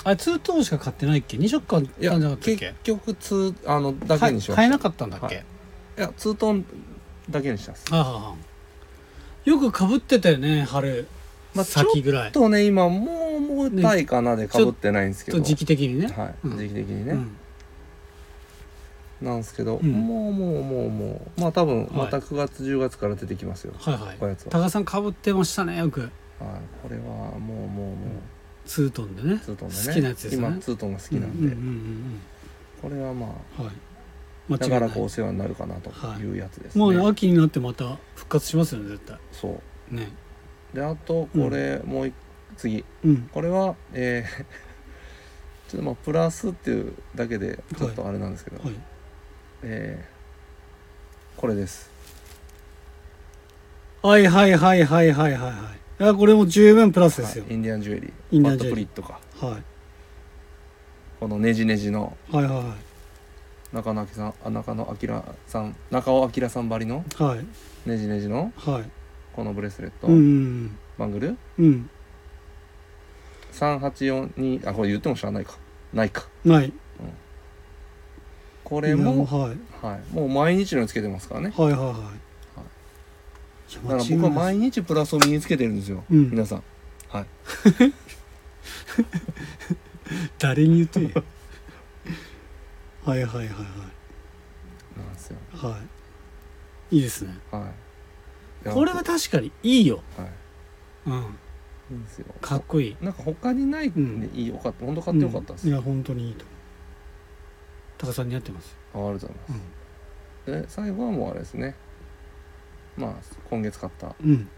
Speaker 1: あれツートーンしか買ってないっけ2色買ったん
Speaker 3: い
Speaker 1: じゃ
Speaker 3: や
Speaker 1: なかったっ
Speaker 3: 結
Speaker 1: け
Speaker 3: 局ツーあのだけにしま
Speaker 1: 買え
Speaker 3: し
Speaker 1: なかったんだっけ、
Speaker 3: はいたいやツートンだけにしたんです
Speaker 1: ああよくかぶってたよね春、
Speaker 3: まあ
Speaker 1: 先ぐらい
Speaker 3: ちょっとね今もうもうたいかなでかぶってないんですけ
Speaker 1: ちょ
Speaker 3: ど、
Speaker 1: っと時期的にね
Speaker 3: はい、
Speaker 1: うん
Speaker 3: 時期的にね、
Speaker 1: うん
Speaker 3: なんですけど、
Speaker 1: うん
Speaker 3: もうもうもうもうまあ多分また
Speaker 1: は
Speaker 3: 9月10月から出てきますよ、
Speaker 1: はいはい
Speaker 3: こういうやつは
Speaker 1: 高田さんかぶってましたねよく
Speaker 3: はい、これはもうもうもう
Speaker 1: ツートンでね
Speaker 2: ー、ツートンでね
Speaker 1: 好きなやつですね
Speaker 2: 今ツートンが好きなん
Speaker 1: う
Speaker 2: で、
Speaker 1: んうん
Speaker 2: これ
Speaker 1: う
Speaker 2: はまあ
Speaker 1: んうんはい間
Speaker 2: だ
Speaker 1: 違い
Speaker 2: か
Speaker 1: な
Speaker 2: ら
Speaker 1: い
Speaker 2: こうお世話になるかなというやつですね、
Speaker 1: もう秋になってまた復活しますよね絶対
Speaker 2: そう
Speaker 1: ね
Speaker 2: であとこれ、もう一次
Speaker 1: うん
Speaker 2: これはえー (laughs) ちょっとまあプラスっていうだけでちょっとあれなんですけど、
Speaker 1: はい
Speaker 2: えーこれです
Speaker 1: はいはいはいはいはいはいはいいやこれも十分プラスですよ
Speaker 2: はいインディアンジュエリ
Speaker 1: イ
Speaker 2: ー
Speaker 1: ンデ
Speaker 2: バ
Speaker 1: ィアン
Speaker 2: ッ
Speaker 1: ジュ
Speaker 2: ト
Speaker 1: エ
Speaker 2: プ
Speaker 1: リ
Speaker 2: リ
Speaker 1: ー
Speaker 2: ットか
Speaker 1: はい
Speaker 2: このねじねじの
Speaker 1: はいはいはい
Speaker 2: 中野明さんあ中野明さん中尾明さんばりの
Speaker 1: はい
Speaker 2: ねじねじの
Speaker 1: はい
Speaker 2: このブレスレット、
Speaker 1: うんうん
Speaker 2: バングル
Speaker 1: うんうん
Speaker 2: 3842あこれ言っても知らないかないか
Speaker 1: ない
Speaker 2: こ
Speaker 1: こ
Speaker 2: れも、
Speaker 1: はい
Speaker 2: はい、もう毎日のようにつけてますからね
Speaker 1: はいはいはい
Speaker 2: だから僕は毎日プラスを身につけてるんですよ、
Speaker 1: うん
Speaker 2: 皆さんはい
Speaker 1: 誰に言ってんやはいはいはいは
Speaker 2: なんですよ
Speaker 1: いはいいいですね
Speaker 2: はい
Speaker 1: これは確かにいいよ、
Speaker 2: はい
Speaker 1: うん、
Speaker 2: いいんですよ
Speaker 1: かっこいい
Speaker 2: なんか他にないんでいいよかった本当買ってよかったです、
Speaker 1: うんいや本当にいいと思う高さん似合ってます
Speaker 2: あありがとうございます、で最後はもうあれですねまあ今月買った
Speaker 1: うん、うん、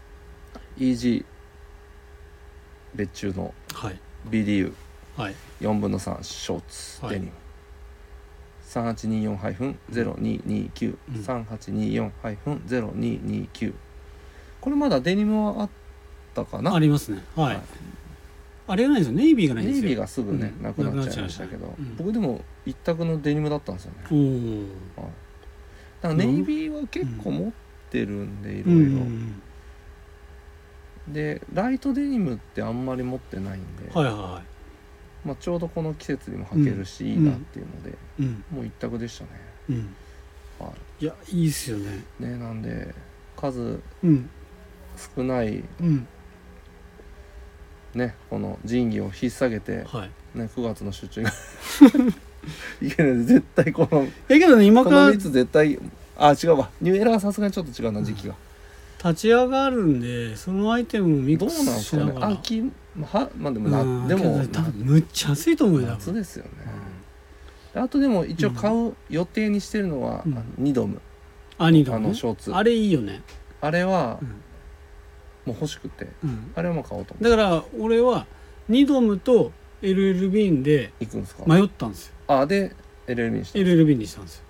Speaker 2: EG 別注の
Speaker 1: はいはい
Speaker 2: BDU4 分の3ショーツ、
Speaker 1: はい
Speaker 2: デニム3824-0229、
Speaker 1: うん
Speaker 2: 3824-0229これまだデニムはあっったか
Speaker 1: あ
Speaker 2: な
Speaker 1: りますねはい、
Speaker 2: はい
Speaker 1: あれがないんですよネイビーがないんで
Speaker 2: ネイ
Speaker 1: すよ
Speaker 2: ビーがすぐね、
Speaker 1: うん
Speaker 2: なくなっちゃいましたけど、
Speaker 1: なくなっちゃいましたねうん
Speaker 2: 僕でも一択のデニムだったんですよね、
Speaker 1: おー
Speaker 2: はい、だからネイビーは結構持ってるんでいろ
Speaker 1: う
Speaker 2: いろ、
Speaker 1: ん
Speaker 2: でライトデニムってあんまり持ってないんで、
Speaker 1: はいはいは
Speaker 2: まあ、ちょうどこの季節にも履けるし、
Speaker 1: ん
Speaker 2: いいなっていうので、
Speaker 1: いうん
Speaker 2: もう一択でしたね、
Speaker 1: うん
Speaker 2: はい
Speaker 1: やいいっすよね
Speaker 2: い、ねなんで数
Speaker 1: うん
Speaker 2: 少ない
Speaker 1: うん
Speaker 2: ねこの仁義を引っ提げて、
Speaker 1: はい
Speaker 2: ね、9月の
Speaker 1: (laughs)
Speaker 2: 集中がいけないんで絶対この
Speaker 1: えけどね今
Speaker 2: こ
Speaker 1: か
Speaker 2: の
Speaker 1: ら
Speaker 2: 3
Speaker 1: 立
Speaker 2: つ絶対あ違うわニューエラーはさすがにちょっと違うな時期が、
Speaker 1: ち上がるんでそのアイテムをミッ
Speaker 2: どう
Speaker 1: ク
Speaker 2: なん
Speaker 1: ス
Speaker 2: です
Speaker 1: し
Speaker 2: か
Speaker 1: な
Speaker 2: ね
Speaker 1: がら
Speaker 2: 秋はまあでもな、
Speaker 1: うん
Speaker 2: でも
Speaker 1: けど多分むっちゃ暑いと思うよ多
Speaker 2: 夏
Speaker 1: 分
Speaker 2: ですよね、であとでも一応買う予定にしてるのは、
Speaker 1: うん
Speaker 2: あのニドム
Speaker 1: アニー
Speaker 2: あ
Speaker 1: と
Speaker 2: の
Speaker 1: ね
Speaker 2: ショーツあ
Speaker 1: あれいいよね
Speaker 2: れは
Speaker 1: うん
Speaker 2: もう欲しくて
Speaker 1: うん
Speaker 2: あれはもう買おうと思っ
Speaker 1: だ
Speaker 2: て
Speaker 1: から俺はニドムと LL ビーンで
Speaker 2: 行くんですか、
Speaker 1: 迷ったんですよ
Speaker 2: あで LLB にして
Speaker 1: LL ビーンにしたんですよ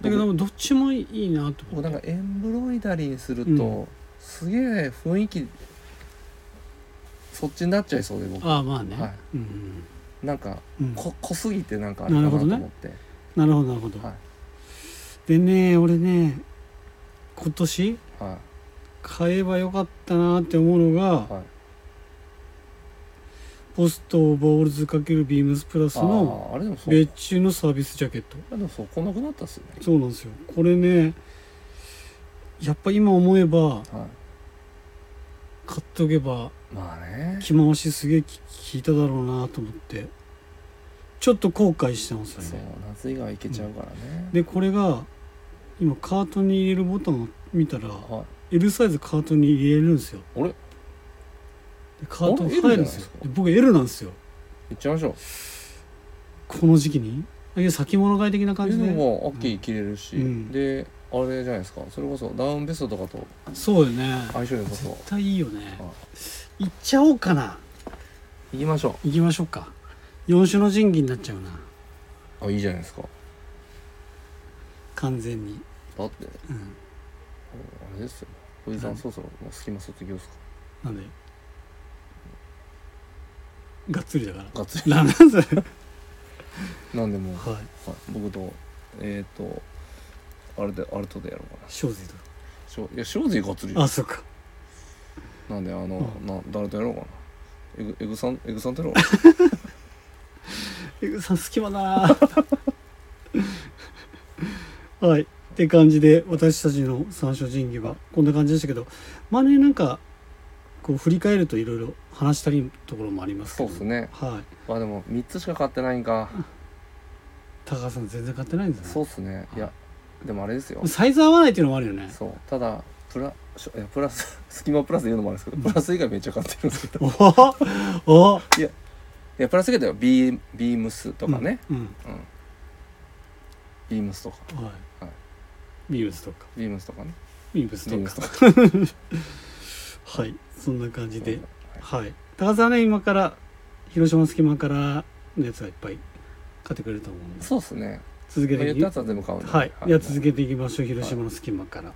Speaker 1: だけどどっちもいいなと思
Speaker 2: 僕
Speaker 1: っ
Speaker 2: なん
Speaker 1: て
Speaker 2: かエンブロイダリーにすると、
Speaker 1: う
Speaker 2: すげえ雰囲気そっちになっちゃいそうで僕
Speaker 1: ああまあね、
Speaker 2: は
Speaker 1: うん
Speaker 2: なんか
Speaker 1: うんうん、
Speaker 2: こ濃すぎてなんかあれかな
Speaker 1: な
Speaker 2: と
Speaker 1: るほどね
Speaker 2: 思って、
Speaker 1: なるほどなるほど、
Speaker 2: はい
Speaker 1: でね俺ね今年
Speaker 2: は
Speaker 1: 買えばよかったなって思うのが、
Speaker 2: いはい
Speaker 1: ポストボールズ×ビームスプラス
Speaker 2: あ
Speaker 1: の
Speaker 2: ーあれでもそう
Speaker 1: 別注のサービスジャケット
Speaker 2: あでもそう来なくなったっすよね
Speaker 1: そうなんですよこれねやっぱ今思えば
Speaker 2: は
Speaker 1: 買っとけば
Speaker 2: いまあね
Speaker 1: 着回しすげえき効いただろうなと思ってちょっと後悔してますよ
Speaker 2: そう
Speaker 1: ね
Speaker 2: 夏以外いけちゃうからね、
Speaker 1: でこれが今カートに入れるボタンを見たら
Speaker 2: はい
Speaker 1: L サイズカートに入れるんですよ
Speaker 2: あれ
Speaker 1: でカート
Speaker 2: あれ
Speaker 1: 入るんですよ
Speaker 2: L じゃないですか
Speaker 1: で僕 L なんですよ
Speaker 2: 行っちゃいましょう
Speaker 1: この時期にだけど先物買い的な感じ
Speaker 2: で
Speaker 1: で
Speaker 2: も秋着れるし、
Speaker 1: うん
Speaker 2: であれじゃないですかそれこそダウンベストとかと
Speaker 1: そうよね
Speaker 2: 相性良さそう
Speaker 1: 絶対いいよね
Speaker 2: はい
Speaker 1: っちゃおうかない
Speaker 2: 行きましょ
Speaker 1: 行きましょうか4種の神器になっちゃうな
Speaker 2: うあいいじゃないですか
Speaker 1: 完全に
Speaker 2: だって
Speaker 1: うん
Speaker 2: あれですよ藤井さんそろそろもう隙間卒業ですか
Speaker 1: なんでがっつりだから
Speaker 2: (laughs) ガッツ
Speaker 1: ラーメンそれ
Speaker 2: リなんでもう、は
Speaker 1: はい
Speaker 2: い、僕とえっ、とあれでアルトでやろうかな
Speaker 1: 正直
Speaker 2: しょいや正直ガッツリ
Speaker 1: とあそうか
Speaker 2: なんであの、
Speaker 1: う
Speaker 2: な誰とやろうかなエグエグさんエグさんとやろう
Speaker 1: えぐさん隙間だな (laughs) はいって感じで私たちの三所神器はこんな感じでしたけどまあねなんかこう振り返るといろいろ話したりところもありますけ
Speaker 2: (laughs) そう
Speaker 1: ど
Speaker 2: ですね
Speaker 1: はい
Speaker 2: まあでも3つしか買ってないんか
Speaker 1: 高橋さん全然買ってないんです
Speaker 2: そう
Speaker 1: ね
Speaker 2: っすねいやでもあれですよ
Speaker 1: サイズ合わないっていうのもあるよね
Speaker 2: そうただプラしょいやプラス (laughs) 隙間プラス言うのもあるんですけどプラス以外めっちゃ買ってるんですけど
Speaker 1: おおお
Speaker 2: いやプラス以外ではビービームスとかね、
Speaker 1: うん、
Speaker 2: ビームスとか
Speaker 1: うんはい
Speaker 2: はい
Speaker 1: ビームスとか
Speaker 2: ビームスとかね
Speaker 1: ビームス
Speaker 2: ビー
Speaker 1: と
Speaker 2: ム
Speaker 1: か
Speaker 2: スとか
Speaker 1: はいそんな感じで
Speaker 2: うん
Speaker 1: はい高田さんはね今から広島の隙間からのやつがいっぱい買ってくれると思うんです
Speaker 2: そうっすね
Speaker 1: 続け
Speaker 2: まあ
Speaker 1: て
Speaker 2: 言っ
Speaker 1: いき
Speaker 2: たやつは全部買うんでは
Speaker 1: はいでは続けていきましょう広島の隙間から、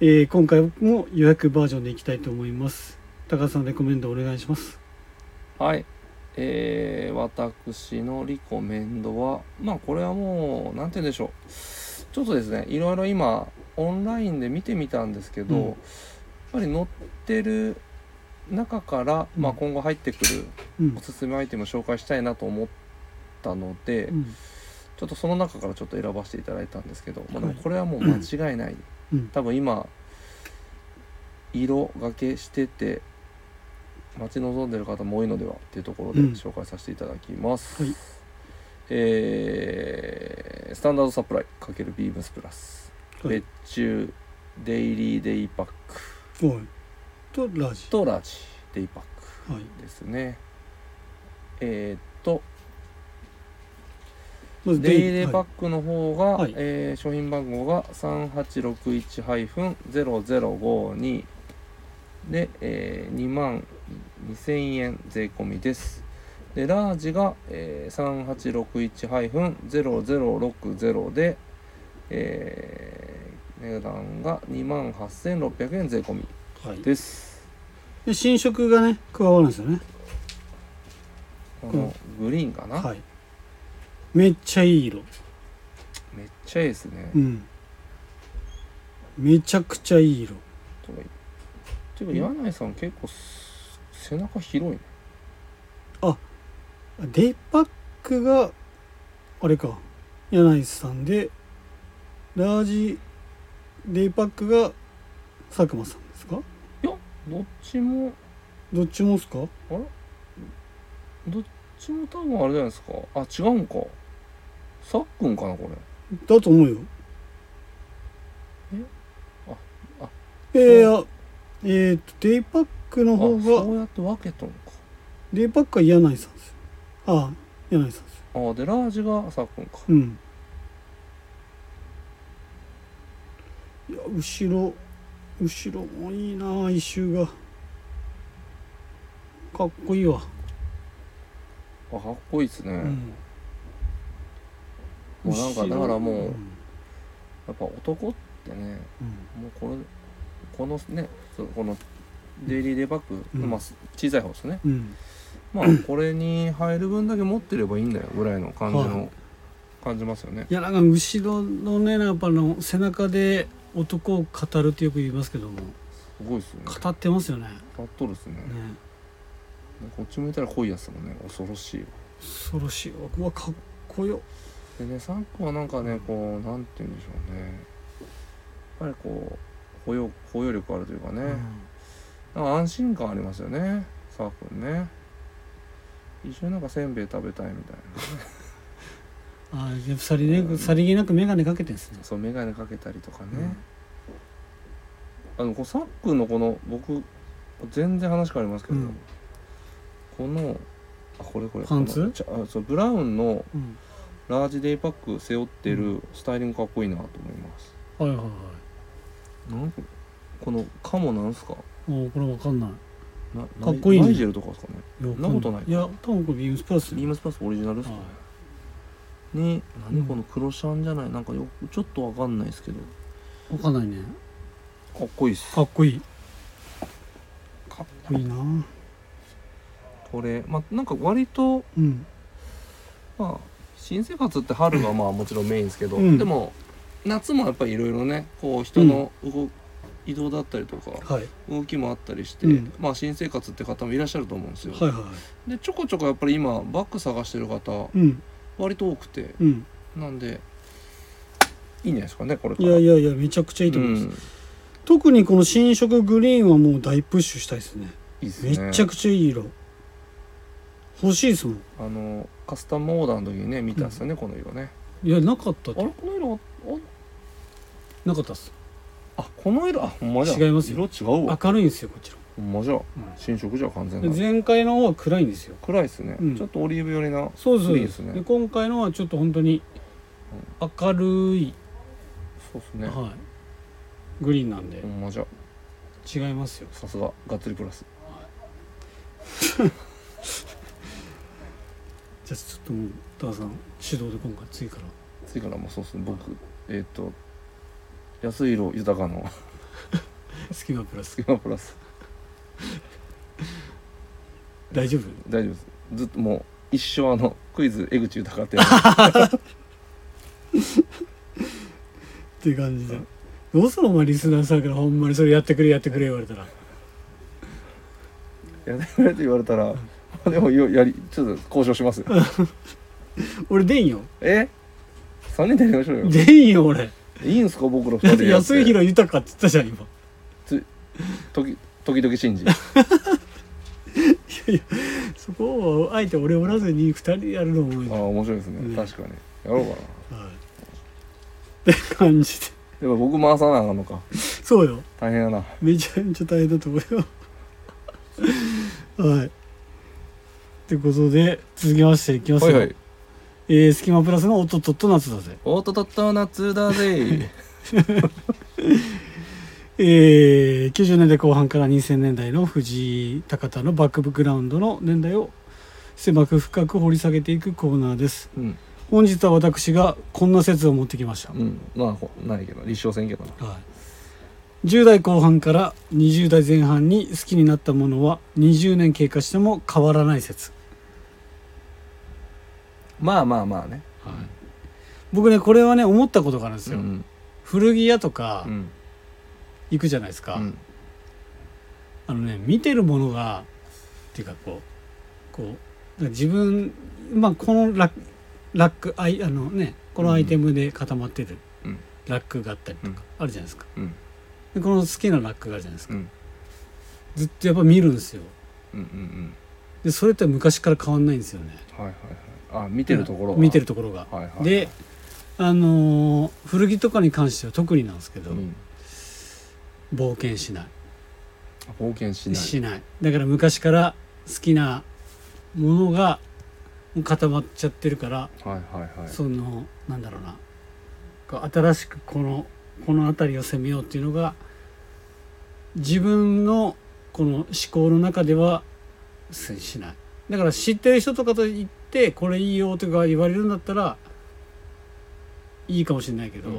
Speaker 1: えー今回も予約バージョンでいきたいと思います高田さんレコメンドお願いします
Speaker 2: はいえー、私のリコメンドはまあこれはもうなんて言うんでしょうちょっとですねいろいろ今オンラインで見てみたんですけど、
Speaker 1: うん
Speaker 2: やっぱり載ってる中から、まあ、
Speaker 1: うん
Speaker 2: 今後入ってくる
Speaker 1: うん
Speaker 2: おすすめアイテムを紹介したいなと思ったので、
Speaker 1: うん
Speaker 2: ちょっとその中からちょっと選ばせていただいたんですけど、まあ、で
Speaker 1: は
Speaker 2: も
Speaker 1: い
Speaker 2: これはもう間違いない、
Speaker 1: うん
Speaker 2: 多分今色がけしてて待ち望んでる方も多いのではっていうところで
Speaker 1: うん
Speaker 2: 紹介させていただきます、
Speaker 1: はい
Speaker 2: えースタンダードサプライ×ビームスプラス、
Speaker 1: はい
Speaker 2: 別注デイリーデイパック
Speaker 1: おいとラジ
Speaker 2: とラージデイパック
Speaker 1: はい
Speaker 2: ですねえーっと
Speaker 1: まず
Speaker 2: デイレイ
Speaker 1: は
Speaker 2: パッ
Speaker 1: い
Speaker 2: クの方が、
Speaker 1: はい
Speaker 2: えー商品番号が3861-0052で、え2万2000円税込みですでラージが、えー、3861-0060で、えー値段が2万8600円税込み
Speaker 1: はい、
Speaker 2: です
Speaker 1: で新色がね加わるんですよね
Speaker 2: このグリーンかな、
Speaker 1: はいめっちゃいい色
Speaker 2: めっちゃいいですね、
Speaker 1: うんめちゃくちゃいい色
Speaker 2: とかていうか柳井さん結構す背中広いね
Speaker 1: デイパックがあれか柳井さんでラージデイパックが佐久間さんですか
Speaker 2: どっちも
Speaker 1: どっちもですか
Speaker 2: どっちも多分あれじゃないですかあ違うんかさっくんかなこれ
Speaker 1: だと思うよ
Speaker 2: ああ
Speaker 1: えー、いやえー、とデイパックの
Speaker 2: あ
Speaker 1: 方
Speaker 2: そ
Speaker 1: が
Speaker 2: うやって分けとんか
Speaker 1: デイパックは柳井さんですよああ柳井さんですよ
Speaker 2: あでラージがさっくんか
Speaker 1: うんいや後ろ後ろもいいな一周がかっこいいわ、
Speaker 2: あかっこいいですね、
Speaker 1: うん
Speaker 2: もうなんかだからもう
Speaker 1: うん
Speaker 2: やっぱ男ってね
Speaker 1: うん
Speaker 2: もうこれこのねそうこのデイリーデバッグ、
Speaker 1: うん
Speaker 2: まあ小さい方ですね
Speaker 1: うん
Speaker 2: まあこれに入る分だけ持ってればいいんだよぐらいの感じの、
Speaker 1: はい
Speaker 2: 感じますよね
Speaker 1: いやなんか後ろのねやっぱあの背中で男を語るってよく言いますけども
Speaker 2: すごいっすよね
Speaker 1: 語ってますよね
Speaker 2: 当っとるっすね
Speaker 1: ね
Speaker 2: こっち向いたら濃いやつだもんね恐ろしいわ
Speaker 1: 恐ろしいわうわかっこよ
Speaker 2: でねサンクはなんかねこうなんて言うんでしょうねやっぱりこう包容包容力あるというかね、なんか安心感ありますよねサーくんね一緒になんかせんべい食べたいみたい
Speaker 1: あーやっぱさり,、ね
Speaker 2: うん
Speaker 1: さりげなく眼鏡かけてんですね
Speaker 2: なそう眼鏡かけたりとかね、あのこうサックンのこの僕全然話変わりますけ
Speaker 1: う
Speaker 2: ど、
Speaker 1: ん
Speaker 2: このあこれこれ
Speaker 1: パンツ
Speaker 2: このちゃあそうブラウンの
Speaker 1: うん
Speaker 2: ラージデイパック背負ってるスタイリングかっこいいなと思います、
Speaker 1: はいはいはい
Speaker 2: なんかこのカモなんすか
Speaker 1: もうこれわかんない
Speaker 2: なな
Speaker 1: かっこいいね
Speaker 2: ナイジェルとかですかね
Speaker 1: いやわか
Speaker 2: そんなことない
Speaker 1: いや多分これビームスプラス
Speaker 2: ビームスパスオリジナルですかね
Speaker 1: は
Speaker 2: に
Speaker 1: う
Speaker 2: 何
Speaker 1: ん
Speaker 2: この黒シャンじゃないなんかよくちょっとわかんないですけど
Speaker 1: いわかんないね
Speaker 2: かっこいいっす
Speaker 1: かっこいい
Speaker 2: かっ
Speaker 1: いいな
Speaker 2: これまあなんか割と
Speaker 1: うん
Speaker 2: まあ新生活って春がまあもちろんメインですけど、
Speaker 1: うん
Speaker 2: でも夏もやっぱりいろいろねこう人の動、移動だったりとか
Speaker 1: はい
Speaker 2: 動きもあったりして、
Speaker 1: うん
Speaker 2: まあ新生活って方もいらっしゃると思うんですよ、
Speaker 1: はいはいは
Speaker 2: でちょこちょこやっぱり今バッグ探してる方
Speaker 1: いうん
Speaker 2: 割と多くて
Speaker 1: うん
Speaker 2: なんでいいんじゃないですかねこれか
Speaker 1: い
Speaker 2: ら
Speaker 1: やいやいやめちゃくちゃいいと思います、
Speaker 2: うんい
Speaker 1: 特にこの新色グリーンはもう大プッシュしたいですね
Speaker 2: いです
Speaker 1: め
Speaker 2: ね
Speaker 1: っちゃくちゃいい色欲しいですもん
Speaker 2: あのカスタムオーダーの時にね見たんですよね、この色ね
Speaker 1: いやなかったっ
Speaker 2: あ
Speaker 1: て
Speaker 2: れこの色
Speaker 1: なかったっす
Speaker 2: ああこの色あほんまじゃ
Speaker 1: 違いますよ
Speaker 2: 色違うわ
Speaker 1: 明るいんですよこちら
Speaker 2: ほんまじゃ
Speaker 1: ん
Speaker 2: 新色じゃ完全
Speaker 1: で
Speaker 2: な
Speaker 1: 前回の方は暗いんですよ
Speaker 2: 暗いですね、
Speaker 1: うん
Speaker 2: ちょっとオリーブ寄りな
Speaker 1: そうですそう
Speaker 2: いい
Speaker 1: で
Speaker 2: ですすね
Speaker 1: で今回のはちょっと本当に明るい、
Speaker 2: そうですね、
Speaker 1: はい、グリーンなんで
Speaker 2: ほんまじゃ
Speaker 1: 違いますよ
Speaker 2: さすががっつりプラス
Speaker 1: じゃあちょっともう田さん手動で今回次から
Speaker 2: 次からもうそうですね僕えっ、と安い色豊かの
Speaker 1: 隙間プラス
Speaker 2: 隙間プラス
Speaker 1: 大丈夫
Speaker 2: 大丈夫ですずっともう一生あのクイズ江口
Speaker 1: (laughs)
Speaker 2: 豊ってや
Speaker 1: っていう感じでどうするお前リスナーさんからほんまにそれやってくれやってくれ言われたら
Speaker 2: るやってくれって言われたら (laughs) でもよやりちょっと交渉しますよ
Speaker 1: 俺出んよ
Speaker 2: え三人でやりましょうよ
Speaker 1: 出んよ俺
Speaker 2: いいんすか僕ら二
Speaker 1: だっ
Speaker 2: 人で
Speaker 1: て
Speaker 2: やって
Speaker 1: 安い広豊かって言ったじゃん今
Speaker 2: 時時々
Speaker 1: (laughs)
Speaker 2: 信じ
Speaker 1: そこをあえて俺おらずに2人でやるのもいい
Speaker 2: ああ
Speaker 1: なは
Speaker 2: 面白いですね、
Speaker 1: うん
Speaker 2: 確かにやろうかなで
Speaker 1: いって感じで
Speaker 2: も僕回さなあかんのか
Speaker 1: そうよ
Speaker 2: 大変やな
Speaker 1: めちゃめちゃ大変だと思うよ (laughs) はいってことで続きましていきます
Speaker 3: は
Speaker 1: よ、
Speaker 3: いはい。
Speaker 1: えー、スキマプラスの「おっとっとっと夏だぜ
Speaker 3: おっとっとっと夏だ
Speaker 2: (laughs)
Speaker 3: ぜ。」
Speaker 1: えー、90年代後半から2000年代の藤井高田のバックグラウンドの年代を狭く深く掘り下げていくコーナーです
Speaker 3: うん。
Speaker 1: 本日は私がこんな説を持ってきました
Speaker 3: うん。まあ、こないけど、立証せんけどな。
Speaker 1: はい、 10代後半から20代前半に好きになったものは20年経過しても変わらない説
Speaker 2: まあまあまあね
Speaker 1: 僕ねこれはね思ったことがあるんです
Speaker 2: う
Speaker 1: よ、
Speaker 2: ん
Speaker 1: 古着屋とか
Speaker 2: うん
Speaker 1: 行くじゃないですか、
Speaker 2: うん
Speaker 1: あのね見てるものがっていうかこうこうだから自分まあこのラックラックあいあのねこのアイテムで固まってる
Speaker 2: うん
Speaker 1: ラックがあったりとかあるじゃないですか、
Speaker 2: うん
Speaker 1: でこの好きなラックがあるじゃないですか、
Speaker 2: うん
Speaker 1: ずっとやっぱ見るんですよ
Speaker 2: うんうん
Speaker 1: でそれって昔から変わんないんですよね
Speaker 2: はいはいはいあ見てるところが
Speaker 1: 見てるところが、
Speaker 2: はいはい
Speaker 1: であのー古着とかに関しては特になんですけど、
Speaker 2: うん
Speaker 1: 冒険しない
Speaker 2: 冒険しない
Speaker 1: しないだから昔から好きなものがもう固まっちゃってるから、
Speaker 2: はいはいはい
Speaker 1: そのなんだろうなこう新しくこのこの辺りを攻めようっていうのが自分のこの思考の中ではせしないだから知ってる人とかと言ってこれいいよとか言われるんだったらいいかもしれないけど、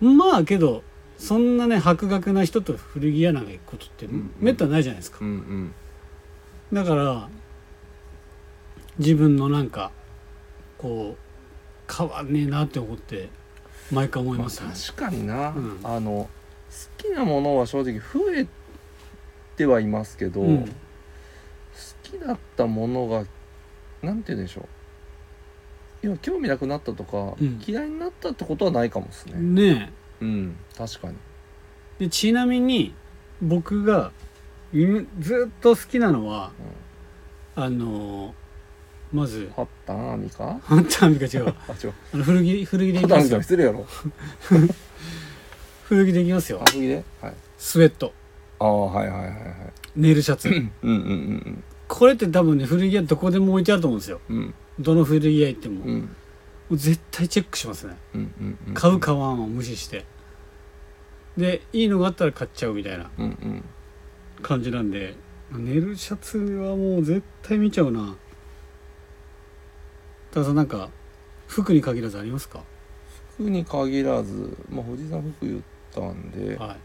Speaker 1: まあけどそんなね博学な人と古着屋なんか行くことって
Speaker 2: ん
Speaker 1: めったにないじゃないですか
Speaker 2: う、んうん
Speaker 1: だから自分のなんかこう変わんねえなって思って毎回思い
Speaker 2: まあ
Speaker 1: ますよね、
Speaker 2: 確かにな
Speaker 1: うん
Speaker 2: あの好きなものは正直増えてはいますけど
Speaker 1: うん
Speaker 2: 好きだったものがなんて言うんでしょう今興味なくなったとか
Speaker 1: うん
Speaker 2: 嫌いになったってことはないかもですね
Speaker 1: ね
Speaker 2: うん確かに
Speaker 1: えでちなみに僕が今ずっと好きなのはあのーまず
Speaker 2: ハッタンアミカ
Speaker 1: ハンターミカ違う
Speaker 2: (laughs)
Speaker 1: わ
Speaker 2: あ
Speaker 1: (laughs)
Speaker 2: 違う
Speaker 1: あの古着古着でい
Speaker 2: ハ
Speaker 1: き
Speaker 2: ッタ
Speaker 1: ま
Speaker 2: ンアミ
Speaker 1: す
Speaker 2: カ
Speaker 1: よ
Speaker 2: 失礼やろ
Speaker 1: 古着でいきますよ
Speaker 2: あ次ではい
Speaker 1: スウェット
Speaker 2: ああはいはいはいはい
Speaker 1: ネイルシャツ
Speaker 2: うんうんうん
Speaker 1: これって多分ね古着屋どこでも置いてあると思うんですよ
Speaker 2: うん
Speaker 1: どの古着屋行っても,、
Speaker 2: う
Speaker 1: も
Speaker 2: ん
Speaker 1: う絶対チェックしますね
Speaker 2: うんうんうん
Speaker 1: 買う買わんを無視してでいいのがあったら買っちゃうみたいな
Speaker 2: うんうん
Speaker 1: 感じなんで寝るシャツはもう絶対見ちゃうなたださんなんか服に限らずありますか
Speaker 2: 服に限らずまあ藤井さん服言ったんで
Speaker 1: はい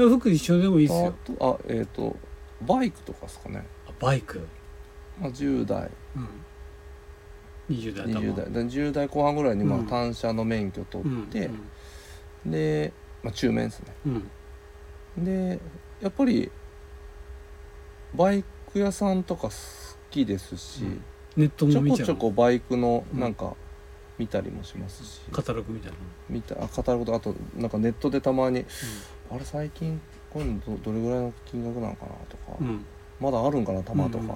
Speaker 1: でも服一緒でもいいですよ
Speaker 2: あとあえっ、とバイクとかですかね、
Speaker 1: あバイク、
Speaker 2: まあ、10代
Speaker 1: うん、20代頭
Speaker 2: 20代で10代後半ぐらいにまあ
Speaker 1: うん
Speaker 2: 単車の免許取
Speaker 1: う
Speaker 2: っ
Speaker 1: ん
Speaker 2: て、で、まあ、中免ですね
Speaker 1: うんうん
Speaker 2: でやっぱりバイク屋さんとか好きですし、
Speaker 1: うんネット
Speaker 2: ち
Speaker 1: も
Speaker 2: ょ
Speaker 1: 見
Speaker 2: こ
Speaker 1: ちゃう
Speaker 2: ちょこバイクのなんか見たりもしますし、
Speaker 1: カタログみたいな
Speaker 2: 見たあ語ることあとなんかネットでたまに、あれ最近こういうのどどれぐらいの金額なのかなとか、
Speaker 1: うん
Speaker 2: まだあるんかな玉と
Speaker 1: うん
Speaker 2: か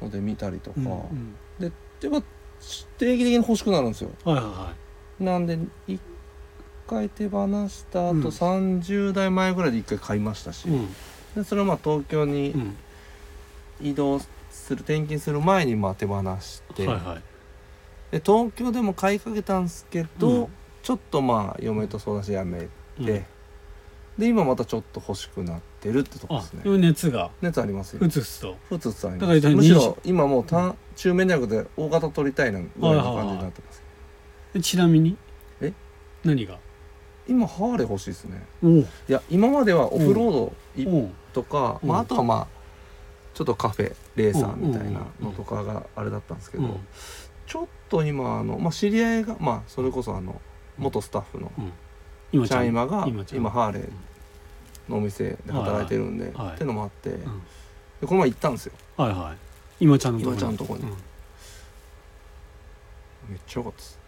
Speaker 2: ので見たりとか、
Speaker 1: うんうんうん
Speaker 2: やっぱ定期的に欲しくなるんですよ
Speaker 1: はいはいは
Speaker 2: なんで一回手放した後、
Speaker 1: うん
Speaker 2: 30代前ぐらいで一回買いましたし、
Speaker 1: いうん
Speaker 2: でそれはまあ東京
Speaker 1: う
Speaker 2: に
Speaker 1: ん
Speaker 2: 移動する転勤する前にまあ手放して、
Speaker 1: はいはい
Speaker 2: で東京でも買いかけたんですけど、
Speaker 1: うん
Speaker 2: ちょっとまあ嫁と相談してやめて、
Speaker 1: うん
Speaker 2: で今またちょっと欲しくなってるってとこ
Speaker 1: あ
Speaker 2: です
Speaker 1: で
Speaker 2: ね
Speaker 1: も熱が
Speaker 2: 熱ありますよ
Speaker 1: うつすと
Speaker 2: ふつふつあり
Speaker 1: だからだから
Speaker 2: ますむしろ
Speaker 1: 20
Speaker 2: 今もう単、中面じゃなくて大型取りたいなぐらいの感じになってます、
Speaker 1: えちなみに
Speaker 2: え
Speaker 1: 何が
Speaker 2: 今ハーレー欲しいですね
Speaker 1: おう
Speaker 2: いや今まではオフロードい
Speaker 1: おう
Speaker 2: とか、
Speaker 1: うん
Speaker 2: まあ、あとはまあちょっとカフェレーサーみたいな
Speaker 1: うん
Speaker 2: のとかがあれだったんですけ
Speaker 1: う
Speaker 2: ど、
Speaker 1: ん
Speaker 2: ちょっと今あの、まあ、知り合いが、まあ、それこそあの元スタッフの
Speaker 1: 今
Speaker 2: チャイマが
Speaker 1: 今ちゃん
Speaker 2: 今ハーレーのお店で働いてるんで、
Speaker 1: はい
Speaker 2: ってのもあって、
Speaker 1: ん
Speaker 2: でこの前行ったんですよ
Speaker 1: はいはい今ちゃんのとこに
Speaker 2: 今ちゃんのとこに
Speaker 1: うん
Speaker 2: めっちゃ良かったです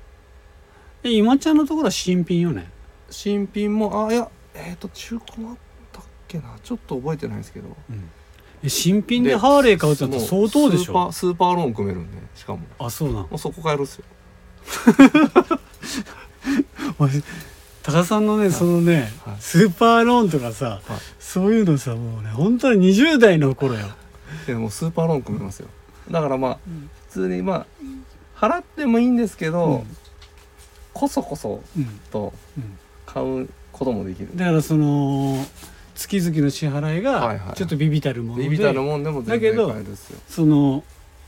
Speaker 1: え今ちゃんのところは新品よね
Speaker 2: 新品もあいやえっ、と中古もあったっけなちょっと覚えてないんですけど
Speaker 1: え新品でハーレー買うってなったら相
Speaker 2: も
Speaker 1: 当でし
Speaker 2: スーパ
Speaker 1: ょ
Speaker 2: ースーパーローン組めるんでしかもも
Speaker 1: あそうなの
Speaker 2: うそこ買えるっすよ
Speaker 1: 高田さんのねそのね
Speaker 2: はい
Speaker 1: スーパーローンとかさ
Speaker 2: はい
Speaker 1: そういうのさもうね本当に20代の頃よ
Speaker 2: (laughs) でもうスーパーローン組めますよだからまあ、
Speaker 1: ん
Speaker 2: 普通にまあ払ってもいいんですけど、
Speaker 1: うん
Speaker 2: こそこそ
Speaker 1: うん
Speaker 2: と
Speaker 1: うん
Speaker 2: 買うこともできる
Speaker 1: だからその月々の支払い
Speaker 2: はいは
Speaker 1: が
Speaker 2: い
Speaker 1: ちょっとビビたるもの
Speaker 2: ビビたる
Speaker 1: で
Speaker 2: もんでも
Speaker 1: だ
Speaker 2: 全
Speaker 1: け
Speaker 2: 然
Speaker 1: ど
Speaker 2: 買えるっすよ
Speaker 1: その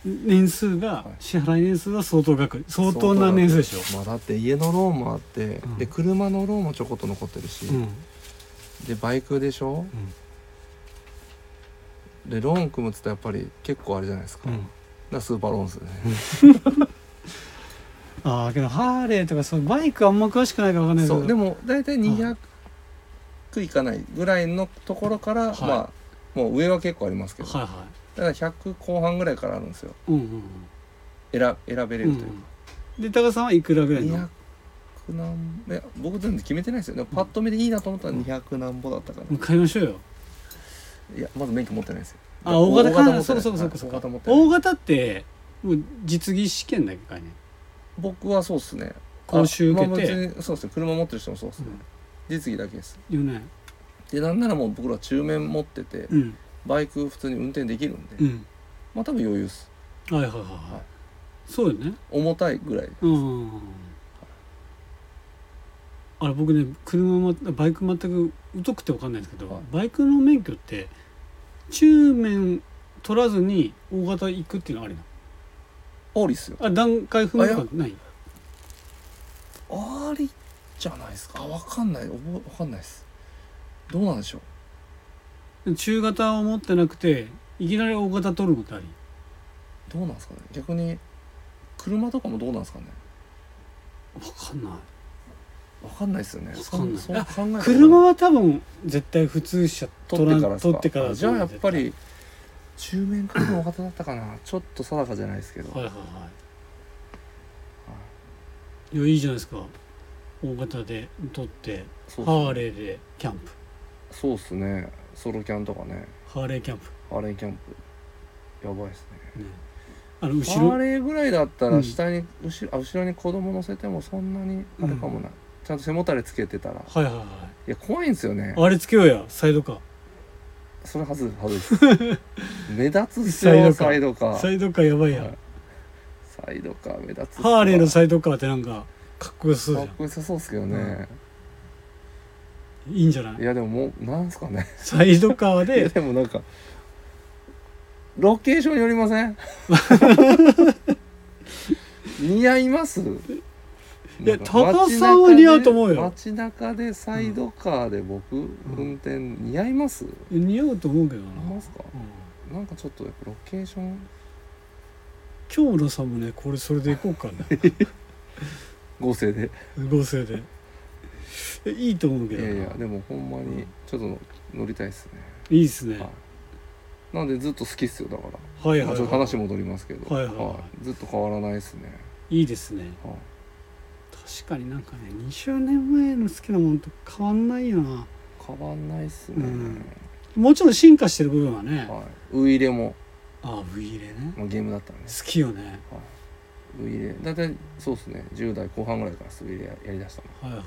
Speaker 1: 年数が
Speaker 2: はい
Speaker 1: 支払い年数は相当額相当な年数でしょ
Speaker 2: まあだって家のローンもあって、
Speaker 1: うん
Speaker 2: で車のローンもちょこっと残ってるし、
Speaker 1: うん
Speaker 2: でバイクでしょ、でローン組むっつったらやっぱり結構あれじゃないですか,、
Speaker 3: う
Speaker 2: だか
Speaker 3: ん
Speaker 2: らスーパーローンですよね、
Speaker 1: ああけどハーレーとかそうバイクあんま詳しくないからわかんないけ
Speaker 2: そ
Speaker 1: ど
Speaker 2: うでも大体200いかないぐらいのところから、
Speaker 1: はい
Speaker 2: まあもう上は結構ありますけど、
Speaker 1: はいは
Speaker 2: だから100後半ぐらいからあるんですよ
Speaker 1: いうんうん
Speaker 2: 選選べれ
Speaker 1: うんう
Speaker 2: る
Speaker 1: ん
Speaker 2: というか。
Speaker 1: で高田さんはいくらぐらいの
Speaker 2: 200何ぼいや僕全然決めてないですよでもパッと見でいいなと思ったら200何ぼだったかな、
Speaker 1: もう買いましょうよ
Speaker 2: いやまず免許持ってないですよ
Speaker 1: あ大型
Speaker 2: 持ってな
Speaker 1: か
Speaker 2: い
Speaker 1: そうそうそうそう
Speaker 2: 大型持ってない
Speaker 1: 大型ってもう実技試験だけかいね
Speaker 2: 僕はそうっすね
Speaker 1: 講習受けて
Speaker 2: あまあ別にそうっすね車持ってる人もそうっすね、
Speaker 1: うん
Speaker 2: 実技だけです
Speaker 1: よね
Speaker 2: でなんならもう僕ら中免持ってて、
Speaker 1: うん
Speaker 2: バイク普通に運転できるんで、
Speaker 1: うん
Speaker 2: まあ多分余裕っす
Speaker 1: はいはいはい
Speaker 2: は
Speaker 1: はいいそうよね
Speaker 2: 重たいぐらい
Speaker 1: うんあれ僕ね車もバイク全く疎くて分かんないんですけど、
Speaker 2: はい
Speaker 1: バイクの免許って中免取らずに大型行くっていうのはありな
Speaker 2: ありっすよ
Speaker 1: のあ段階踏むとかない
Speaker 2: ありじゃないですかわかんない覚えわかんないですどうなんでしょう
Speaker 1: 中型を持ってなくていきなり大型取るのってあり
Speaker 2: どうなんですかね逆に車とかもどうなんですかね
Speaker 1: 分かんない
Speaker 2: わかんないですよね
Speaker 1: わかんない
Speaker 2: そうそう考えたこと
Speaker 1: 車は多分絶対普通車
Speaker 2: 取ってからですか
Speaker 1: 取ってから
Speaker 2: あ
Speaker 1: だ
Speaker 2: じ
Speaker 1: と
Speaker 2: ゃ
Speaker 1: 思
Speaker 2: あ
Speaker 1: う
Speaker 2: やっぱり中面からの方だったかなちょっと定かじゃないですけど、
Speaker 1: はいはいはいいやいいじゃないですか大型で取って
Speaker 2: そうっすね
Speaker 1: ハーレーでキャンプ
Speaker 2: そうっすねソロキャンとかね
Speaker 1: ハーレーキャンプ、
Speaker 2: ハーレーキャンプやばいですね
Speaker 1: ね、あの後
Speaker 2: ハー
Speaker 1: ろ
Speaker 2: レーぐらいだった
Speaker 1: う
Speaker 2: ら
Speaker 1: ん
Speaker 2: 下に、後ろあ後ろに子供乗せてもそんなにあれかもな、ちゃんと背もたれつけてたら
Speaker 1: はいはいはい
Speaker 2: いや怖いんですよね
Speaker 1: あれつけようやサイドカ
Speaker 2: それはずはずです
Speaker 1: (laughs)
Speaker 2: 目立つっす
Speaker 1: サイドカー
Speaker 2: よサイドカ
Speaker 1: ー
Speaker 2: ー
Speaker 1: サイドカーやばいや、
Speaker 2: はいサイドカー目立つっすわ
Speaker 1: ハーレーのサイドカーってなんかかっこよさそうじ
Speaker 2: か
Speaker 1: ゃ
Speaker 2: っこよさそうっすけどね、
Speaker 1: んいいんじゃない
Speaker 2: いやでももうなんすかね
Speaker 1: サイドカー
Speaker 2: い
Speaker 1: で
Speaker 2: や (laughs) でもなんかロケーションによりま
Speaker 1: (laughs)
Speaker 2: せん似合います
Speaker 1: いや
Speaker 2: なんか
Speaker 1: 高尾さんは似合うと思うよ
Speaker 2: 街中で街中でサイドカーで僕、運転似合います似
Speaker 1: 似合うと思うけどな、
Speaker 2: 合いますか
Speaker 1: う
Speaker 2: なんかちょっとやっぱロケーション
Speaker 1: ん、今日のさんもねこれそれでいこうかな
Speaker 2: (laughs) 合成で
Speaker 1: 合成でえいいと思うけ
Speaker 2: い
Speaker 1: どな
Speaker 2: やいやでもほんまにちょっと乗りたいですね、
Speaker 1: いいですね、
Speaker 2: はい、なんでずっと好きっすよだから、
Speaker 1: はいはい
Speaker 2: ま
Speaker 1: は
Speaker 2: あ
Speaker 1: い、
Speaker 2: ちょっと話戻りますけど、
Speaker 1: はいはいはい
Speaker 2: ずっと変わらないですね、
Speaker 1: いいですね
Speaker 2: はい
Speaker 1: 確かになんかね20年前の好きなものと変わんないよな
Speaker 2: 変わんないっすね、
Speaker 1: うんもちろん進化してる部分はね
Speaker 2: はい、ウイイレも、
Speaker 1: ああ V 入れね
Speaker 2: まあ、ゲームだったらね
Speaker 1: 好きよね
Speaker 2: ウイイレだいたいそうですね10代後半ぐらいからですウイイレやりだしたの
Speaker 1: はいはい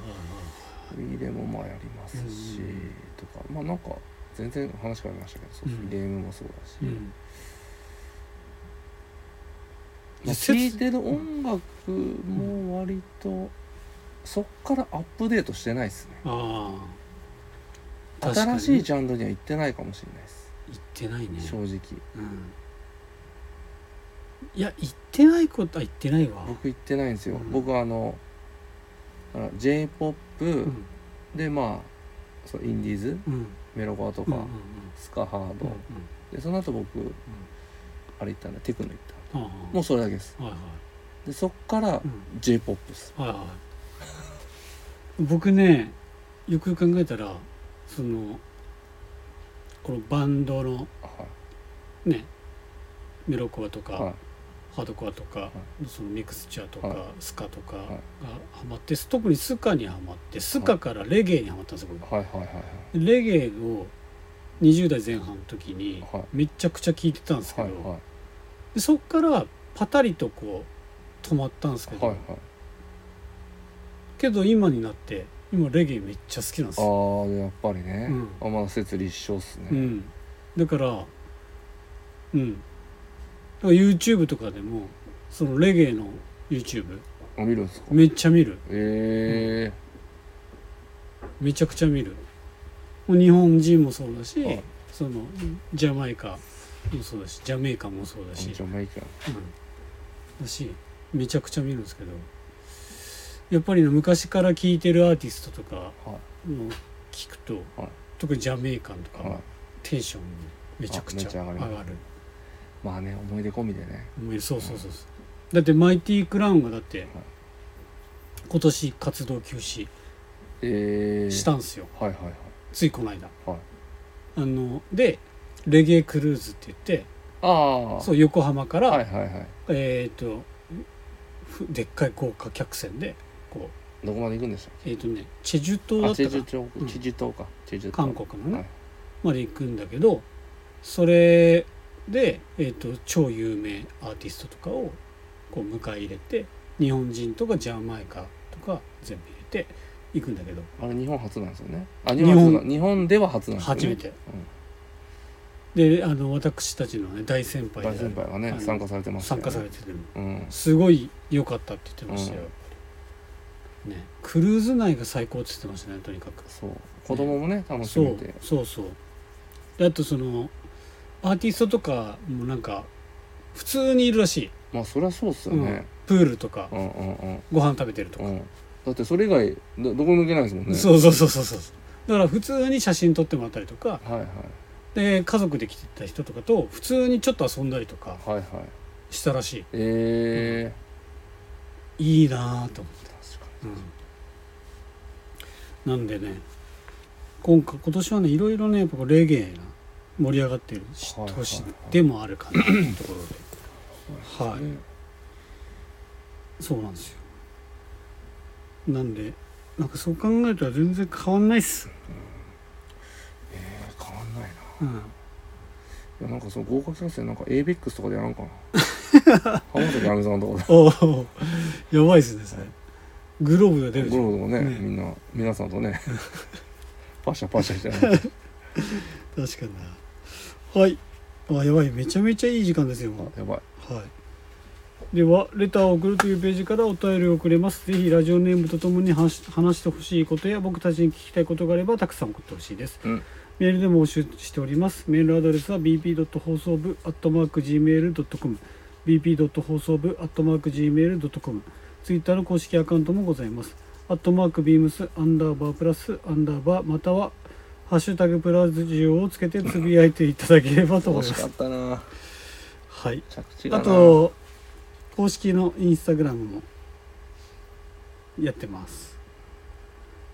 Speaker 1: はい
Speaker 2: ウイイレもまあやりますし、
Speaker 1: うん
Speaker 2: とかまあなんか全然話変わりましたけどそうっす
Speaker 1: うん
Speaker 2: ゲームもそうだし、
Speaker 1: う
Speaker 2: ま
Speaker 1: んせ
Speaker 2: あ、
Speaker 1: つ
Speaker 2: 聴いてる音楽も割とそっからアップデートしてないですね
Speaker 1: ああ確かに
Speaker 2: 新しいジャンルには行ってないかもしれないです、
Speaker 1: 行ってないね
Speaker 2: 正直
Speaker 1: うんいや行ってないことは行ってないわ
Speaker 2: 僕行ってないんですよ、
Speaker 1: うん
Speaker 2: 僕はあのあの j p o p
Speaker 1: うん
Speaker 2: でまあそうインディーズ
Speaker 1: うん
Speaker 2: メロコアと
Speaker 1: う
Speaker 2: か、
Speaker 1: んうん
Speaker 2: スカハー
Speaker 1: う
Speaker 2: ド、
Speaker 1: ん
Speaker 2: でその後僕、あれ行ったんだテクノ行った
Speaker 1: うんああ
Speaker 2: もうそれだけです
Speaker 1: はいはい
Speaker 2: でそっから
Speaker 1: うん
Speaker 2: j p o p です
Speaker 1: はいはい僕ねよくよく考えたらそのこのバンドの
Speaker 2: は
Speaker 1: ねメロコアとか、
Speaker 2: い、はい、
Speaker 1: ハードコアとか、そのミクスチャーとか、
Speaker 2: はい
Speaker 1: スカとかが
Speaker 2: い
Speaker 1: ハマって特にスカにハマってスカからレゲエにハマったんですよ僕
Speaker 2: はいはいはいはい
Speaker 1: レゲエを20代前半の時に
Speaker 2: はい
Speaker 1: めちゃくちゃ聞いてたんですけ
Speaker 2: は
Speaker 1: ど、
Speaker 2: いはい
Speaker 1: でそっからパタリとこう止まったんですけど、
Speaker 2: はいはい
Speaker 1: けど今になって今レゲエめっちゃ好きなんですよ
Speaker 2: ああやっぱりね、
Speaker 1: うん
Speaker 2: あまだ説立証っす
Speaker 1: う
Speaker 2: ね、
Speaker 1: ん、だからうんだから YouTube とかでもそのレゲエの YouTube
Speaker 2: あ見るんですか
Speaker 1: めっちゃ見る
Speaker 2: え
Speaker 1: めちゃくちゃ見るもう日本人もそうだし、
Speaker 2: はい
Speaker 1: そのジャマイカもそうだしジャメイカもそうだ
Speaker 2: え
Speaker 1: し
Speaker 2: ー、ジ、ャマイカ
Speaker 1: うん、だしめちゃくちゃ見るんですけどやっぱりね昔から聴いてるアーティストとか
Speaker 2: は
Speaker 1: の聞くと、
Speaker 2: はい
Speaker 1: 特にジャメイカンとか
Speaker 2: はい
Speaker 1: はテンションめちゃくちゃ
Speaker 2: あめちゃ上
Speaker 1: 上
Speaker 2: が
Speaker 1: が
Speaker 2: り
Speaker 1: る
Speaker 2: ますまあね思い出込みでね
Speaker 1: もうそうそうそうそうだってマイティクラウンがだって今年活動休止
Speaker 2: ええ
Speaker 1: したんすよ
Speaker 2: はいはいはい
Speaker 1: ついこの間
Speaker 2: はい
Speaker 1: あのでレゲエクルーズって言って
Speaker 2: ああ
Speaker 1: そう横浜から、
Speaker 2: はいはいはい
Speaker 1: えっ、とふでっかい豪華客船でこう
Speaker 2: どこまで行くんでしたっ
Speaker 1: えっ、とねチェジュ島
Speaker 2: け
Speaker 1: だ
Speaker 2: あ
Speaker 1: っ
Speaker 2: チ
Speaker 1: た
Speaker 2: ェ
Speaker 1: か
Speaker 2: ジュ
Speaker 1: な
Speaker 2: 島
Speaker 1: うん
Speaker 2: チェジュ島かチェジュ島
Speaker 1: 韓国のね、
Speaker 2: はい
Speaker 1: まで行くんだけどそれで、えー、と超有名アーティストとかをこう迎え入れて日本人とかジャマイカとか全部入れて行くんだけど
Speaker 2: あれ日本初なんですよねあ日
Speaker 1: 日
Speaker 2: 本
Speaker 1: 本
Speaker 2: 初なん日本では初なんですよね
Speaker 1: 初めて、であの私たちの、ね、大先輩
Speaker 2: 大
Speaker 1: で
Speaker 2: 先輩が
Speaker 1: あ
Speaker 2: ね
Speaker 1: の
Speaker 2: 参加されてます
Speaker 1: 参加され
Speaker 2: て
Speaker 1: てて
Speaker 2: うん
Speaker 1: すごい良かったって言ってましたよ、
Speaker 2: うん
Speaker 1: やっぱりね、クルーズ内が最高って言ってましたねとにかく
Speaker 2: そう子供もね楽し
Speaker 1: そ
Speaker 2: め
Speaker 1: う
Speaker 2: て
Speaker 1: そうそうであとそのアーティストとかもなんか普通にいるらしい
Speaker 2: まあそりゃそうっすよね
Speaker 1: プールとか
Speaker 2: うんうんうん
Speaker 1: ご飯食べてるとか、
Speaker 2: うんだってそれ以外どどこも抜けないですもんね
Speaker 1: そうそうそうそうそうだから普通に写真撮ってもらったりとか
Speaker 2: はいはい
Speaker 1: で家族で来てた人とかと普通にちょっと遊んだりとか
Speaker 2: はいはい
Speaker 1: したらし
Speaker 2: ええ
Speaker 1: いいいなぁと思って、
Speaker 2: 確か
Speaker 1: うん、なんでね今回今年はねいろいろねやっぱこうレゲエが盛り上がってるし
Speaker 2: はいはいはい
Speaker 1: 年でもあるかなっていうところではい、
Speaker 2: に
Speaker 1: そうなんですよなんでなんかそう考えたら全然変わんないっす、
Speaker 2: えー変わんないない
Speaker 1: うん
Speaker 2: やなんかその合格作戦なんか ABEX とかでやらんか
Speaker 1: (laughs)
Speaker 2: な浜崎あ美さんのとこ
Speaker 1: おおやばいですねそれグローブが出る
Speaker 2: でゴ
Speaker 1: じゃん
Speaker 2: ロゴロね
Speaker 1: ね
Speaker 2: みんな皆さん
Speaker 1: (laughs)
Speaker 2: とねパシャパシャしてね
Speaker 1: 確かになはいあやばいめちゃめちゃいい時間ですよも
Speaker 2: あやばいう
Speaker 1: はいではレターを送るというページからお便りをくれますぜひラジオネームとともに話し話してほしいことや僕たちに聞きたいことがあればたくさん送ってほしいです、
Speaker 2: うん
Speaker 1: メールでも募集しておりますメールアドレスは bp. 放送部 gmail.com bp. 放送部 gmail.com ツイッターの公式アカウントもございますアットマークビームスアンダーバープラスアンダーバーまたはハッシュタグプラジオをつけてつぶやいていただければと思
Speaker 2: 惜
Speaker 1: い
Speaker 2: し
Speaker 1: ま
Speaker 2: か
Speaker 1: す
Speaker 2: ったな
Speaker 1: はい
Speaker 2: 着地が
Speaker 1: あ
Speaker 2: な
Speaker 1: と公式のインスタグラムもやってます。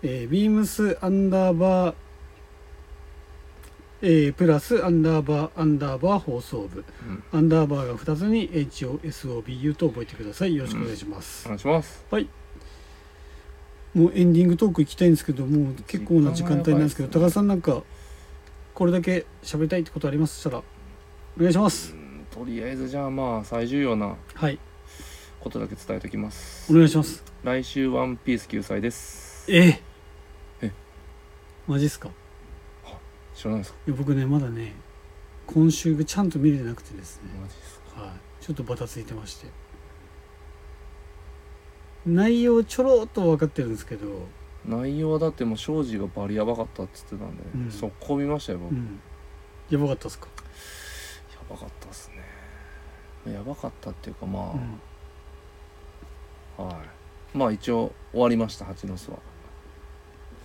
Speaker 1: えー、ビームスアンダーバー、えープラスアンダーバーアンダーバー放送部、
Speaker 2: うん
Speaker 1: アンダーバーが2つに HOSOBU と覚えてくださいよろしくお願いします
Speaker 2: お、願いします
Speaker 1: もうエンディングトーク行きたいんですけどもう結構な時間帯なんですけど
Speaker 2: 時間
Speaker 1: 高田さんなんかこれだけ喋りたいってことありましたらお願いします
Speaker 2: うんとりあえずじゃあまあ最重要な
Speaker 1: はい
Speaker 2: ことだけ伝えておきます
Speaker 1: お願いします
Speaker 2: 来週ワンピース救済です
Speaker 1: ええ
Speaker 2: え
Speaker 1: マジっすか
Speaker 2: 知らないですか
Speaker 1: いや僕ねまだね今週がちゃんと見れてなくてですね、
Speaker 2: マジですか
Speaker 1: はい、ちょっとバタついてまして内容ちょろっと分かってるんですけど、
Speaker 2: 内容はだってもう庄司がバリヤバかったっつってたんで、
Speaker 1: うん
Speaker 2: 速攻見ましたよ僕、
Speaker 1: う
Speaker 2: や
Speaker 1: ん、やばかったっすか、
Speaker 2: ばかったっすねやばかったっていうかま
Speaker 1: うん、
Speaker 2: あ、はいまあ一応終わりました蜂の巣は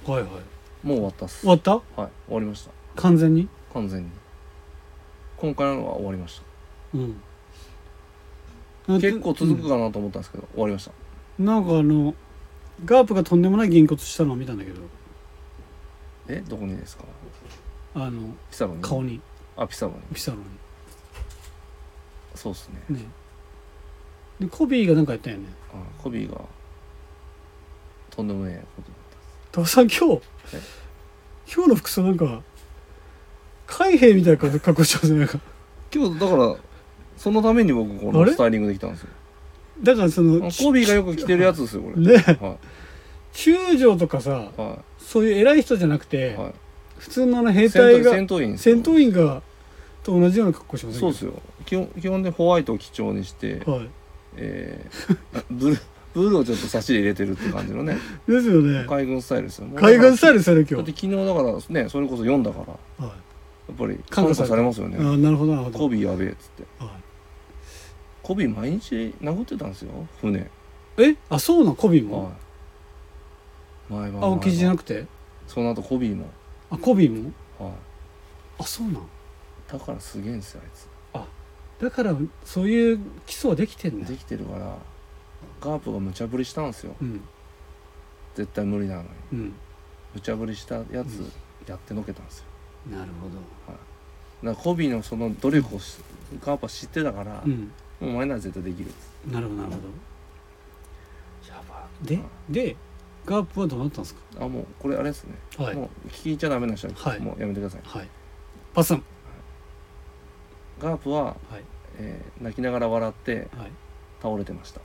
Speaker 1: はいはい
Speaker 2: もう終わったっ
Speaker 1: 終
Speaker 2: すは
Speaker 1: わ
Speaker 2: い
Speaker 1: った
Speaker 2: 終わりました
Speaker 1: 完全に
Speaker 2: 完全に今回のは終わりまし
Speaker 1: うん
Speaker 2: た結構続くかなと思ったんですけど、終わりました
Speaker 1: うんなんかあのガープがとんでもない銀骨したのを見たんだけど
Speaker 2: えどこにですか
Speaker 1: あの
Speaker 2: ピサロに
Speaker 1: 顔に
Speaker 2: あピサロに
Speaker 1: ピサロ
Speaker 2: そうっすね
Speaker 1: にねでコビーがなんかやったよね
Speaker 2: あコビーがとんでもねえこと
Speaker 1: 高田さん今日
Speaker 2: え
Speaker 1: 今日の服装なんか海兵みたいな格格好してますねなんか
Speaker 2: 今日だからそのために僕この
Speaker 1: あれ
Speaker 2: スタイリングできたんですよ
Speaker 1: だからその
Speaker 2: あ
Speaker 1: き
Speaker 2: コビーがよく着てるやつですよこれ
Speaker 1: ね
Speaker 2: は
Speaker 1: 中将とかさ
Speaker 2: いは
Speaker 1: そういう偉い人じゃなく
Speaker 2: い
Speaker 1: て、
Speaker 2: は
Speaker 1: 普通のあの
Speaker 2: い
Speaker 1: 兵
Speaker 2: 戦闘
Speaker 1: 隊
Speaker 2: 員
Speaker 1: が
Speaker 2: 戦闘員ですよ
Speaker 1: 戦闘員がと同じような格好してますね
Speaker 2: そうですよ基本基本でホワイトを基調にして、
Speaker 1: はい
Speaker 2: えーあブルーブルーをちょっと差し入れてるって感じのね
Speaker 1: ですよね
Speaker 2: 海軍スタイルですよもう
Speaker 1: 海軍スタイルですよね
Speaker 2: だ
Speaker 1: 今
Speaker 2: って
Speaker 1: 日、
Speaker 2: 昨日だからねそれこそ読んだからや
Speaker 1: は
Speaker 2: っぱり
Speaker 1: 感
Speaker 2: 感化
Speaker 1: 化
Speaker 2: さ
Speaker 1: された
Speaker 2: れますよ
Speaker 1: い
Speaker 2: ね
Speaker 1: あなるほどなるほど
Speaker 2: コビーやべえっつって
Speaker 1: は
Speaker 2: コビー毎日殴ってたんですよ船
Speaker 1: い、えあそうなんコビーも、
Speaker 2: はい前は
Speaker 1: 青生地じゃなくて
Speaker 2: その後コビーも
Speaker 1: ああコビーも
Speaker 2: はい、
Speaker 1: あそうなん
Speaker 2: だからすげえんですよあいつ
Speaker 1: だからそういう基礎はできてんだ
Speaker 2: できてるからガープが無茶ぶりしたんですよ
Speaker 1: うん
Speaker 2: 絶対無理なのに
Speaker 1: うん
Speaker 2: 無茶ぶりしたや
Speaker 1: う
Speaker 2: つ
Speaker 1: ん
Speaker 2: やってのけたんですよ
Speaker 1: なるほど
Speaker 2: だからコビーのその努力をしガープは知ってたから、
Speaker 1: うん
Speaker 2: もうお前なら絶対できるっつって
Speaker 1: なるほどなるほど
Speaker 2: やば
Speaker 1: ででガープはどうなったんですか
Speaker 2: あもうこれあれですね、
Speaker 1: はい
Speaker 2: もう聞いちゃダメな人は、
Speaker 1: はい
Speaker 2: もうやめてください
Speaker 1: はいパスさん
Speaker 2: ガープは、
Speaker 1: はい
Speaker 2: えー泣きながら笑って
Speaker 1: はい
Speaker 2: 倒れてました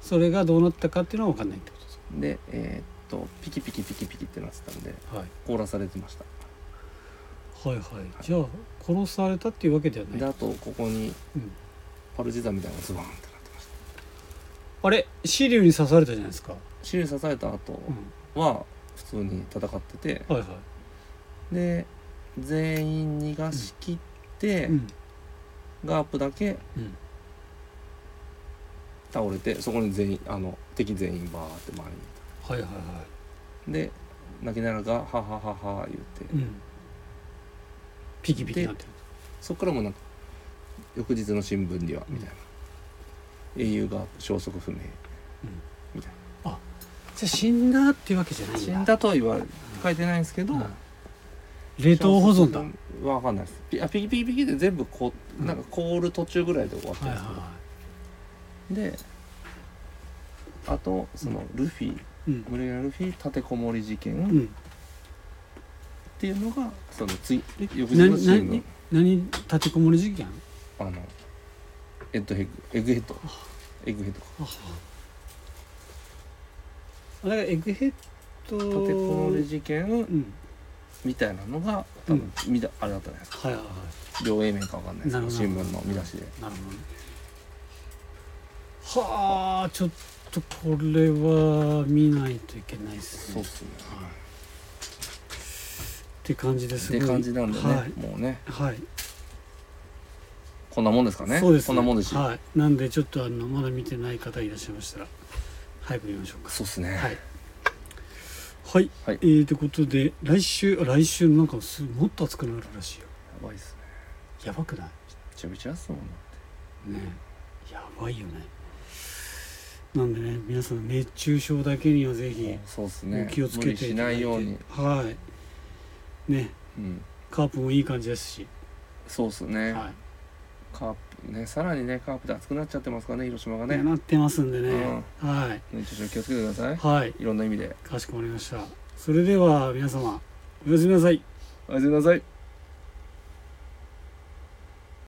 Speaker 1: それがどうなったかっていうのは分かんないってことです
Speaker 2: でえーっとピキピキピキピキってなってたんで
Speaker 1: か、はい、
Speaker 2: 凍らされてました
Speaker 1: はいはいじゃあ殺されたっていうわけでは
Speaker 2: で
Speaker 1: ない
Speaker 2: あとここに
Speaker 1: うん
Speaker 2: パルチザンみたいなのがズバーンってなってました
Speaker 1: あれシリウに刺されたじゃないですか、
Speaker 2: シリ刺された後
Speaker 1: うん、
Speaker 2: は普通に戦ってて
Speaker 1: はいは
Speaker 2: で全員逃がしきって、
Speaker 1: い、うん
Speaker 2: ガープだけ
Speaker 1: うん、
Speaker 2: 倒れてそこに全員あの敵全員バーって周りにい
Speaker 1: はいはいは
Speaker 2: たで泣きながら「はははは」言って
Speaker 1: い、うん、ピキピキなってる
Speaker 2: そっからもうなんか翌日の新聞には
Speaker 1: うん
Speaker 2: みたいな、英雄が消息不明
Speaker 1: じゃあ死んだっていうわけじゃないん
Speaker 2: 死
Speaker 1: だ
Speaker 2: んだとは言われ書いてないんですけど、
Speaker 1: うん冷凍保存だはい
Speaker 2: わかんないですピあピキピキピキで全部こう
Speaker 1: うん
Speaker 2: なんか凍る途中ぐらいで終わって
Speaker 1: はい
Speaker 2: るんですけ
Speaker 1: は
Speaker 2: ど、であとそのルフィ、
Speaker 1: いうん
Speaker 2: 無理やりルフィ立てこもり事件
Speaker 1: う
Speaker 2: っ
Speaker 1: ん
Speaker 2: ていうのがそのつい翌日
Speaker 1: な
Speaker 2: の新聞
Speaker 1: 何何立てこもり事件
Speaker 2: あのエッドヘッグエッグヘッドエッグヘッドか
Speaker 1: ああだからエッグヘッド
Speaker 2: 立てこもり事件
Speaker 1: うん
Speaker 2: みたいなのが多分、見たあれだったじゃないですか
Speaker 1: はいはいは
Speaker 2: 両 A 面かわかんないですけど
Speaker 1: なる
Speaker 2: 新
Speaker 1: ほど
Speaker 2: 聞の見出しで
Speaker 1: いなるほどねはあちょっとこれは見ないといけないです
Speaker 2: そ
Speaker 1: ね
Speaker 2: うっすね
Speaker 1: って感じです
Speaker 2: って感じなんでね、
Speaker 1: はい
Speaker 2: もうね
Speaker 1: はい、
Speaker 2: こんなもんですかね
Speaker 1: そうです、ね、
Speaker 2: こんなもんですし、
Speaker 1: はい、なんでちょっとあのまだ見てない方いらっしゃいましたら早く見ましょうか
Speaker 2: そうっすね、
Speaker 1: はいはい、
Speaker 2: はい
Speaker 1: えー、ということで来週あ来週なんかすもっと暑くなるらしいよ
Speaker 2: やばいっすね
Speaker 1: やばくない
Speaker 2: めちゃめちゃ安いもんな
Speaker 1: ねやばいよねなんでね皆さん熱中症だけにはぜひ
Speaker 2: そうです
Speaker 1: お
Speaker 2: ね
Speaker 1: 気をつけ
Speaker 2: 無理
Speaker 1: て
Speaker 2: し
Speaker 1: いた
Speaker 2: な
Speaker 1: だい
Speaker 2: い
Speaker 1: て、
Speaker 2: ように、
Speaker 1: はいね
Speaker 2: うん、
Speaker 1: カープもいい感じですし、
Speaker 2: そうですね、
Speaker 1: は
Speaker 2: カープねさらにねカープで熱くなっちゃってますからね広島が
Speaker 1: い、
Speaker 2: ね
Speaker 1: なってますんでね、はい
Speaker 2: 熱中症気をつけてください
Speaker 1: はい
Speaker 2: いろんな意味で
Speaker 1: かしこまりましたそれでは皆様おやすみなさい
Speaker 2: おやすみなさい